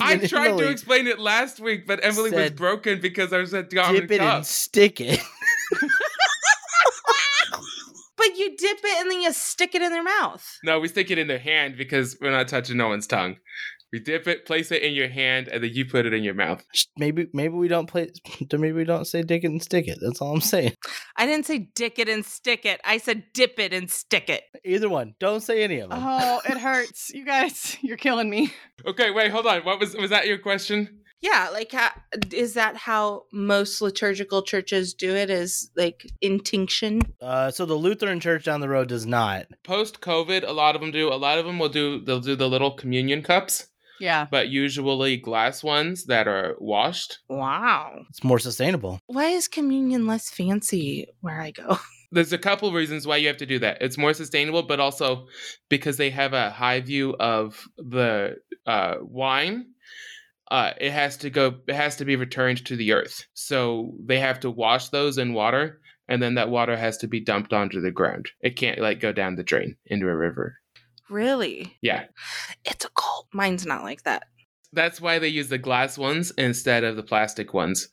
I then tried to Emily explain it last week, but Emily was said, broken because I was at Diamond dip it Cup. and stick it. But you dip it and then you stick it in their mouth. No, we stick it in their hand because we're not touching no one's tongue. We dip it, place it in your hand, and then you put it in your mouth. Maybe maybe we don't play. Maybe we don't say dick it and stick it. That's all I'm saying. I didn't say dick it and stick it. I said dip it and stick it. Either one. Don't say any of them. Uh-huh. Oh, it hurts. You guys, you're killing me. Okay, wait, hold on. What was was that your question? Yeah, like how, is that how most liturgical churches do it? Is like intinction? Uh, so the Lutheran church down the road does not. Post COVID, a lot of them do. A lot of them will do. They'll do the little communion cups, Yeah. but usually glass ones that are washed. Wow. It's more sustainable. Why is communion less fancy where I go? There's a couple reasons why you have to do that. It's more sustainable, but also because they have a high view of the uh, wine. Uh, it has to go. It has to be returned to the earth. So they have to wash those in water, and then that water has to be dumped onto the ground. It can't like go down the drain into a river. Really? Yeah, It's a cult. Mine's not like that. that's why they use the glass ones instead of the plastic ones,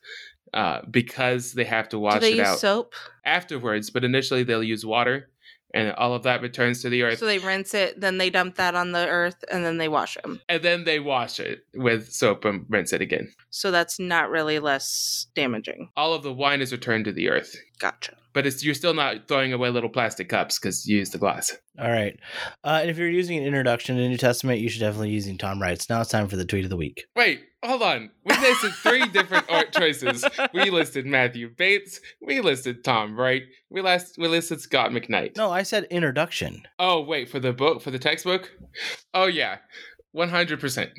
uh, because they have to wash do they it use out soap? afterwards. But initially, they'll use water, and all of that returns to the earth. So they rinse it, then they dump that on the earth, and then they wash them. and then they wash it with soap and rinse it again. So that's not really less damaging. All of the wine is returned to the earth. Gotcha. But it's you're still not throwing away little plastic cups because you use the glass. All right. Uh, and if you're using an introduction to New Testament, you should definitely using Tom Wright's. Now it's time for the tweet of the week. Wait, hold on. We listed three different art choices. We listed Matthew Bates. We listed Tom Wright. We last we listed Scott McKnight. No, I said introduction. Oh wait, for the book for the textbook. Oh yeah, one hundred percent,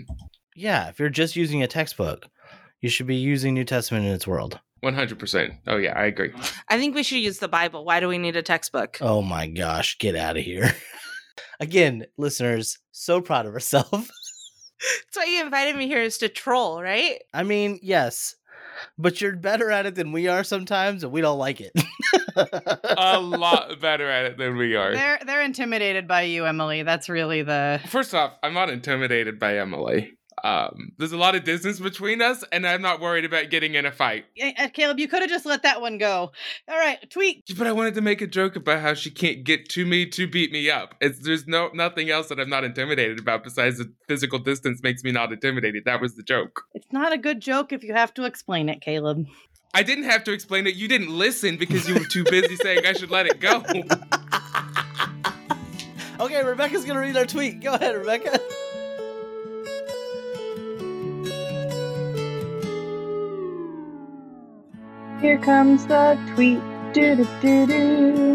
Yeah, if you're just using a textbook, you should be using New Testament in its world. one hundred percent. Oh yeah, I agree. I think we should use the Bible. Why do we need a textbook? Oh my gosh, get out of here. Again, listeners, so proud of herself. That's why you invited me here is to troll, right? I mean, yes, but you're better at it than we are sometimes, and we don't like it. A Um, lot better at it than we are. They're they're intimidated by you, Emily. That's really the First off, I'm not intimidated by Emily. Um, there's a lot of distance between us, and I'm not worried about getting in a fight. Yeah, uh, Caleb. You could have just let that one go. All right, tweet. But I wanted to make a joke about how she can't get to me to beat me up. It's there's no nothing else that I'm not intimidated about besides the physical distance makes me not intimidated. That was the joke. It's not a good joke if you have to explain it, Caleb. I didn't have to explain it. You didn't listen because you were too busy saying I should let it go. okay, Rebecca's gonna read our tweet. Go ahead, Rebecca. Here comes the tweet. Do do do do.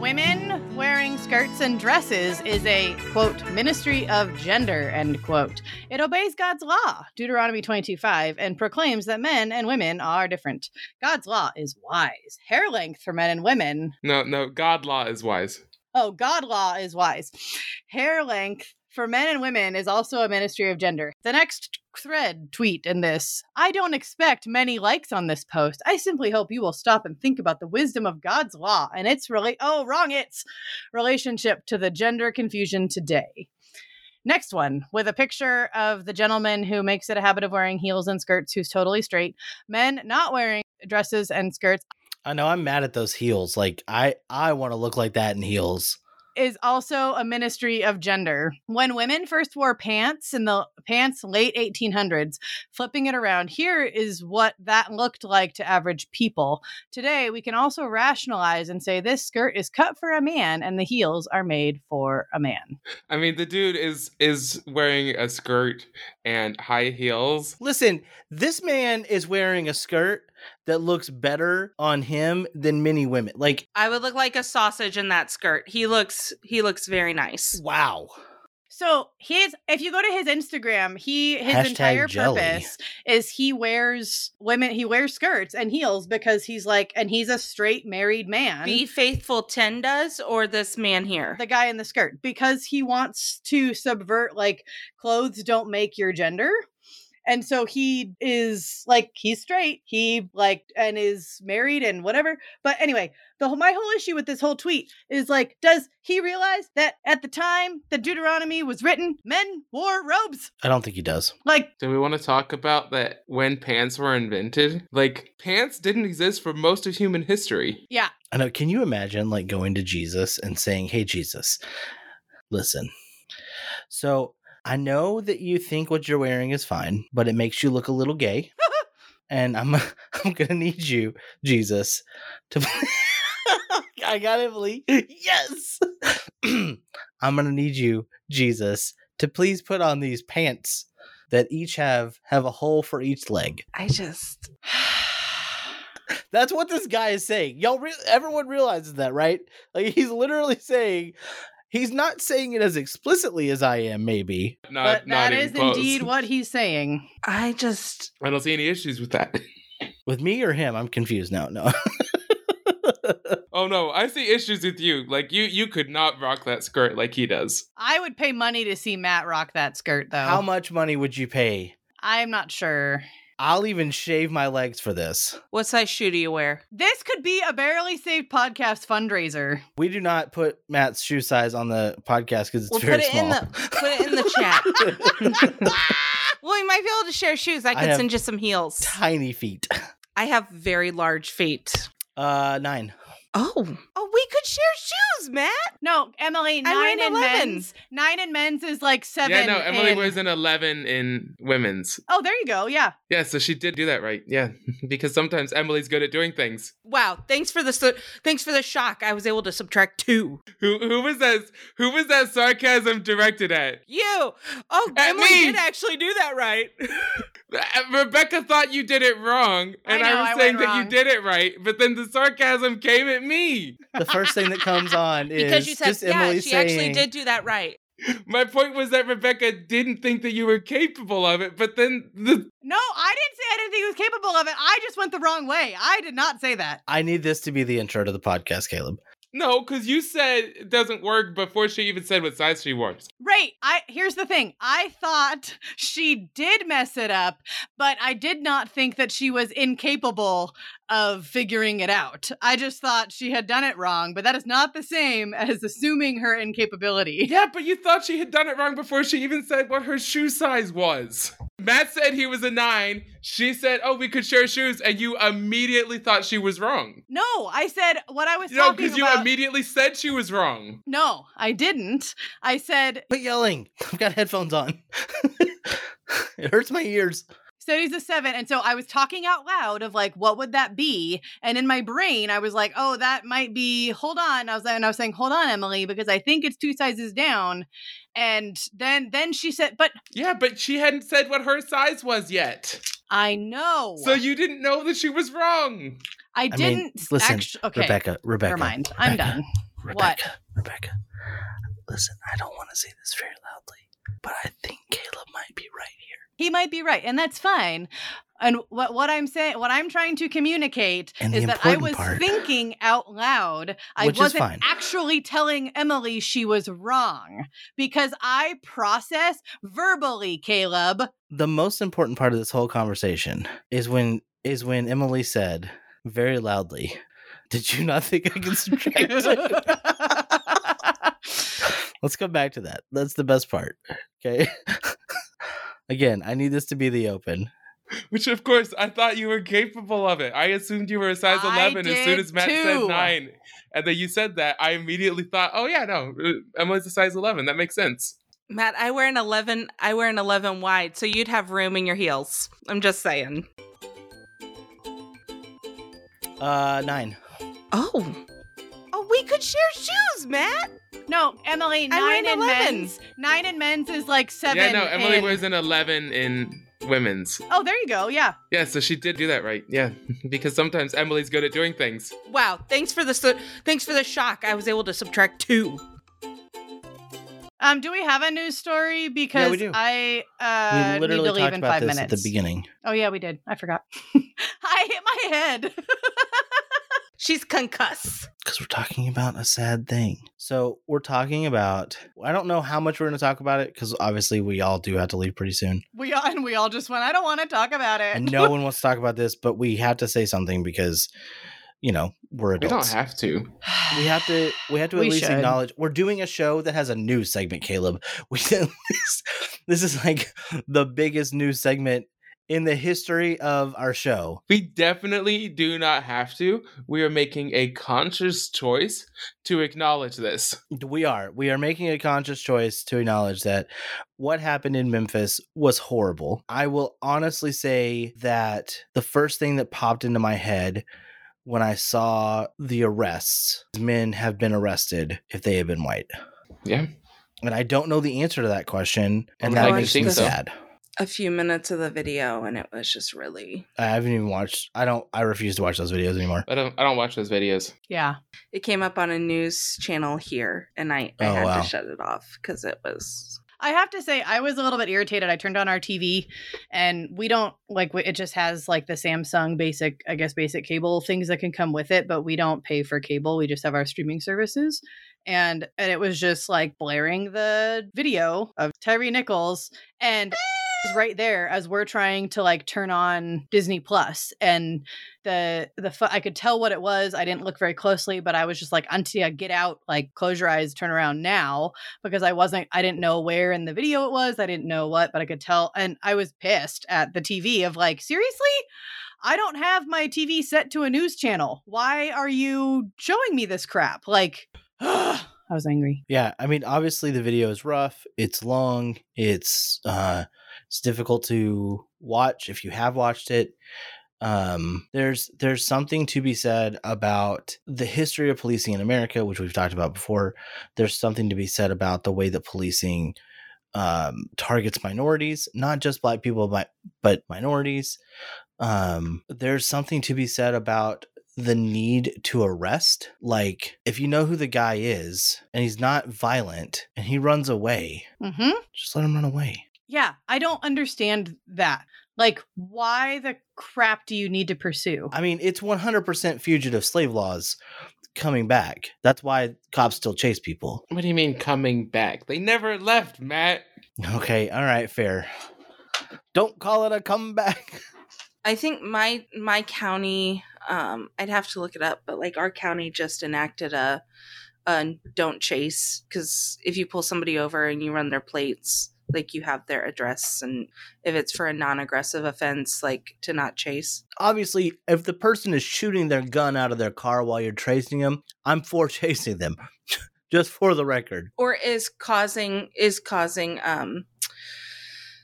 Women wearing skirts and dresses is a quote ministry of gender end quote. It obeys God's law, Deuteronomy 22:5, and proclaims that men and women are different. God's law is wise. Hair length for men and women. No, no, God law is wise. Oh, God law is wise. Hair length for men and women is also a ministry of gender. The next thread tweet in this I don't expect many likes on this post. I simply hope you will stop and think about the wisdom of God's law and its really oh, wrong, it's relationship to the gender confusion today. Next one with a picture of the gentleman who makes it a habit of wearing heels and skirts, who's totally straight. Men not wearing dresses and skirts I know I'm mad at those heels. Like I, I want to look like that in heels. is also a ministry of gender. When women first wore pants in the pants late 1800s, flipping it around, here is what that looked like to average people. Today, we can also rationalize and say this skirt is cut for a man and the heels are made for a man. I mean, the dude is is wearing a skirt and high heels. Listen, this man is wearing a skirt that looks better on him than many women. Like, I would look like a sausage in that skirt. He looks he looks very nice. wow. So his, if you go to his Instagram, he his Hashtag entire jelly. purpose is he wears women, he wears skirts and heels because he's like, and he's a straight married man. Be faithful ten does or this man here. the guy in the skirt because he wants to subvert like clothes don't make your gender and so he is like he's straight he like and is married and whatever but anyway the whole, my whole issue with this whole tweet is like does he realize that at the time that deuteronomy was written men wore robes I don't think he does. like Do we want to talk about that when pants were invented? Like, pants didn't exist for most of human history. yeah I know. Can you imagine like going to Jesus and saying, Hey, Jesus, listen, so I know that you think what you're wearing is fine, but it makes you look a little gay. and I'm, I'm going to need you, Jesus, to. I got it, Emily. Yes. I'm going to need you, Jesus, to please put on these pants that each have have a hole for each leg. I just That's what this guy is saying. Y'all, re- everyone realizes that, right? Like he's literally saying, he's not saying it as explicitly as I am. Maybe Not, but not that is even close. indeed what he's saying I just I don't see any issues with that. with me or him, I'm confused now. No, Oh no, I see issues with you. Like you, you could not rock that skirt like he does. i would pay money to see matt rock that skirt though how much money would you pay? i'm not sure I'll even shave my legs for this. what size shoe do you wear? this could be a barely saved podcast fundraiser We do not put Matt's shoe size on the podcast because it's Well, very put it small. in the put it in the chat. well, we might be able to share shoes. I I could have- send you some heels. Tiny feet. I have very large feet. Uh, nine. Oh, oh, we could share shoes, Matt. No, Emily, I wear nine an in 11. men's. Nine in men's is like seven. yeah, no, Emily in- wears an 11 in women's. Oh, there you go. Yeah. Yeah, so she did do that right. Yeah, because sometimes Emily's good at doing things. Wow, thanks for the su- thanks for the shock. I was able to subtract two. Who who was that? Who was that sarcasm directed at? You. Oh, At Emily me. did actually do that right. Rebecca thought you did it wrong, and I I, know, I was saying went that wrong. you did it right, but then the sarcasm came at me. The first thing that comes on is because you said just yeah, Emily she saying, actually did do that right. My point was that Rebecca didn't think that you were capable of it, but then the No, I didn't say anything was capable of it. I just went the wrong way. I did not say that. I need this to be the intro to the podcast, Caleb. no, because you said it doesn't work before she even said what size she was. Right. I here's the thing. I thought she did mess it up, but I did not think that she was incapable of figuring it out. I just thought she had done it wrong, but that is not the same as assuming her incapability. Yeah, but you thought she had done it wrong before she even said what her shoe size was. Matt said he was a nine. She said, "Oh, we could share shoes," and you immediately thought she was wrong. No, I said what I was No, talking because about. you immediately said she was wrong. no, I didn't. I said Quit yelling. I've got headphones on. it hurts my ears. So he's a seven. And so I was talking out loud of like, what would that be? And in my brain, I was like, oh, that might be, hold on. I was and I was saying, hold on, Emily, because I think it's two sizes down. And then then she said, but Yeah, but she hadn't said what her size was yet. I know. So you didn't know that she was wrong. I mean, didn't listen, actu- okay. Rebecca, Rebecca. Never mind. I'm Rebecca, done. Rebecca, Rebecca. Listen, I don't want to say this very loudly, but I think Caleb might be right here. He might be right, and that's fine. And what what I'm saying, what I'm trying to communicate And the is that I was important part- thinking out loud. I Which is fine. wasn't actually telling Emily she was wrong because I process verbally, Caleb. The most important part of this whole conversation is when is when Emily said very loudly, "Did you not think I could subtract?" two?" Let's go back to that. That's the best part. Okay. Again, I need this to be the open. Which, of course, I thought you were capable of it. I assumed you were a size I 11 as soon did as Matt said too. 9. And then you said that. I immediately thought, oh, yeah, no, uh, Emily's a size 11. That makes sense. Matt, I wear an 11. I wear an 11 wide, so you'd have room in your heels. I'm just saying. Uh, nine. Oh. Oh, we could share shoes, Matt. no, Emily, I nine went in 11. men's. Nine in men's is like seven. yeah, no, Emily in- was an 11 in women's. Oh, there you go. Yeah. Yeah, so she did do that right. Yeah, because sometimes Emily's good at doing things. Wow, thanks for the su- thanks for the shock. I was able to subtract two. Um, do we have a news story? Because do. I uh, we literally need to leave talked in about five this minutes. at the beginning. Oh yeah, we did. I forgot. I hit my head. She's concussed. because we're talking about a sad thing. So we're talking about. I don't know how much we're going to talk about it because obviously we all do have to leave pretty soon, we all and we all just went. I don't want to talk about it. and no one wants to talk about this. But we have to say something because, you know, we're We don't adults. have to. We have to. We have to at We least should. acknowledge we're doing a show that has a news segment. Caleb, we this, this is like the biggest news segment in the history of our show. We definitely do not have to. We are making a conscious choice to acknowledge this. We are. We are making a conscious choice to acknowledge that what happened in Memphis was horrible. I will honestly say that the first thing that popped into my head when I saw the arrests, men have been arrested if they had been white. Yeah. Oh, And I don't know the answer to that question. And I that would makes think me so. sad. A few minutes of the video, and it was just really. I haven't even watched I don't I refuse to watch those videos anymore. I don't I don't watch those videos. yeah. It came up on a news channel here, and I, I Oh, had wow. to shut it off because it was. I have to say, I was a little bit irritated. I turned on our TV, and we don't like we- it. Just has like the Samsung basic, I guess, basic cable things that can come with it, but we don't pay for cable. We just have our streaming services, and and it was just like blaring the video of Tyree Nichols, and is right there as we're trying to like turn on Disney Plus and the the fu- I could tell what it was. I didn't look very closely, but I was just like, "Antia, get out! Like, close your eyes, turn around now!" Because I wasn't, I didn't know where in the video it was. I didn't know what, but I could tell, and I was pissed at the TV of like, seriously, I don't have my TV set to a news channel. Why are you showing me this crap? Like, I was angry. Yeah, I mean, obviously the video is rough. It's long. It's uh, it's difficult to watch if you have watched it. Um, there's there's something to be said about the history of policing in America, which we've talked about before. There's something to be said about the way that policing um, targets minorities, not just black people, but but minorities. Um, there's something to be said about the need to arrest. Like, if you know who the guy is and he's not violent and he runs away, Mm-hmm. just let him run away. Yeah, I don't understand that. Like, why the crap do you need to pursue? I mean, it's 100% fugitive slave laws coming back. That's why cops still chase people. What do you mean coming back? They never left, Matt. Okay, all right, fair. Don't call it a comeback. I think my my county, um, I'd have to look it up, but like our county just enacted a, a don't chase because if you pull somebody over and you run their plates, like you have their address, and if it's for a non-aggressive offense, like to not chase. Obviously, if the person is shooting their gun out of their car while you're tracing them, I'm for chasing them. Just for the record. or is causing is causing um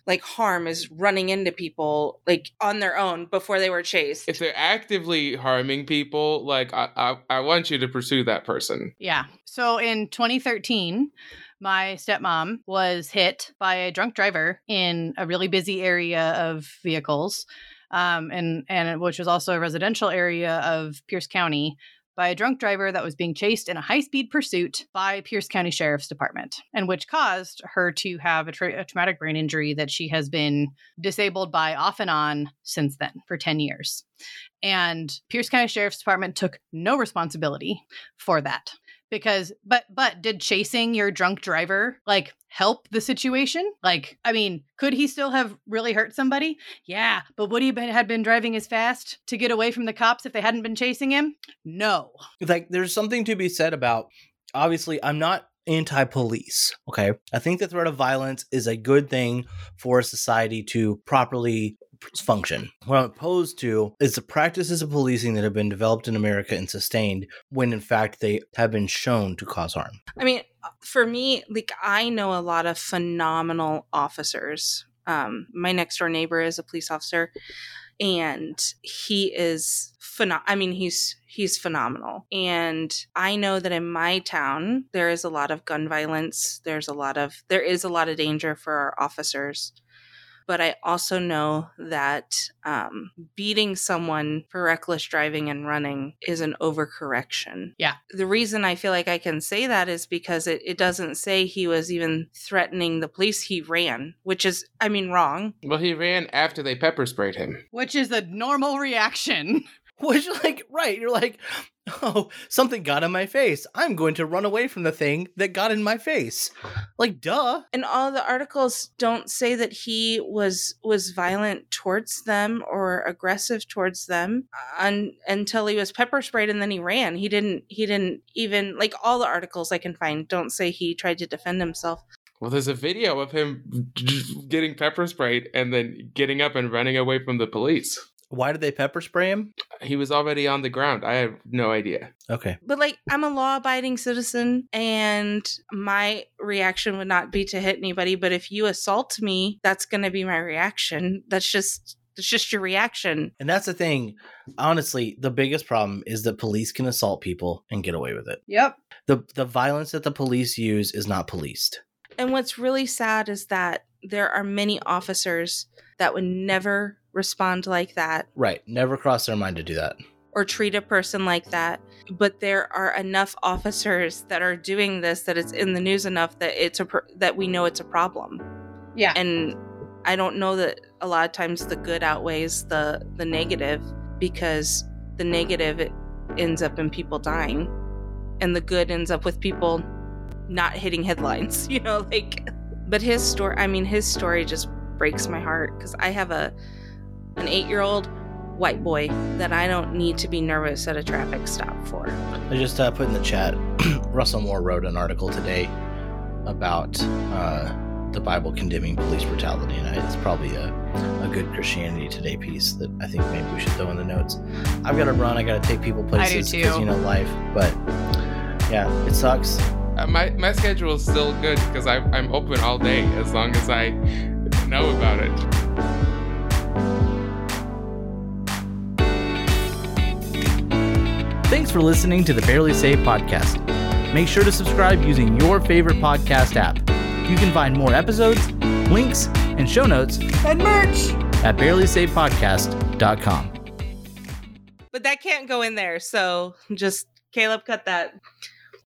like harm is running into people like on their own before they were chased If they're actively harming people, like I, I, I want you to pursue that person. Yeah. So in 2013, my stepmom was hit by a drunk driver in a really busy area of vehicles, um, and and which was also a residential area of Pierce County by a drunk driver that was being chased in a high-speed pursuit by Pierce County Sheriff's Department, and which caused her to have a, tra- a traumatic brain injury that she has been disabled by off and on since then for 10 years. And Pierce County Sheriff's Department took no responsibility for that because but but did chasing your drunk driver like help the situation like i mean could he still have really hurt somebody yeah but would he been, had been driving as fast to get away from the cops if they hadn't been chasing him no like there's something to be said about obviously i'm not anti-police okay i think the threat of violence is a good thing for a society to properly function what i'm opposed to is the practices of policing that have been developed in america and sustained when in fact they have been shown to cause harm i mean uh, for me like i know a lot of phenomenal officers um my next door neighbor is a police officer and he is phenom- i mean he's he's phenomenal and i know that in my town there is a lot of gun violence there's a lot of there is a lot of danger for our officers but i also know that um, beating someone for reckless driving and running is an overcorrection Yeah. the reason i feel like i can say that is because it, it doesn't say he was even threatening the police he ran which is i mean wrong Well, he ran after they pepper sprayed him. which is a normal reaction which like right you're like oh something got in my face i'm going to run away from the thing that got in my face like duh and all the articles don't say that he was was violent towards them or aggressive towards them uh, un, until he was pepper sprayed and then he ran he didn't he didn't even like all the articles i can find don't say he tried to defend himself Well, there's a video of him getting pepper sprayed and then getting up and running away from the police. why did they pepper spray him He was already on the ground. I have no idea. okay but like i'm a law abiding citizen and my reaction would not be to hit anybody but if you assault me that's going to be my reaction that's just it's just your reaction And that's the thing. Honestly, the biggest problem is that police can assault people and get away with it. yep The the violence that the police use is not policed. And what's really sad is that there are many officers that would never respond like that Right. Never crossed their mind to do that. or treat a person like that. But there are enough officers that are doing this that it's in the news enough that it's a pr- that we know it's a problem. yeah And I don't know that a lot of times the good outweighs the the negative because the negative it ends up in people dying and the good ends up with people not hitting headlines, you know, like but his story, I mean his story just breaks my heart cuz I have a an 8-year-old white boy that I don't need to be nervous at a traffic stop for. I just uh, put in the chat. Russell Moore wrote an article today about uh, the Bible condemning police brutality, and I, it's probably a, a good Christianity Today piece that I think maybe we should throw in the notes. I've got to run. I got to take people I do places too. you know life, but yeah, it sucks. Uh, my my schedule is still good because I'm I'm open all day as long as I know about it. Thanks for listening to the Barely Safe podcast. Make sure to subscribe using your favorite podcast app. You can find more episodes, links, and show notes And merch. at barelysafepodcast.com. But that can't go in there. So just Caleb, cut that.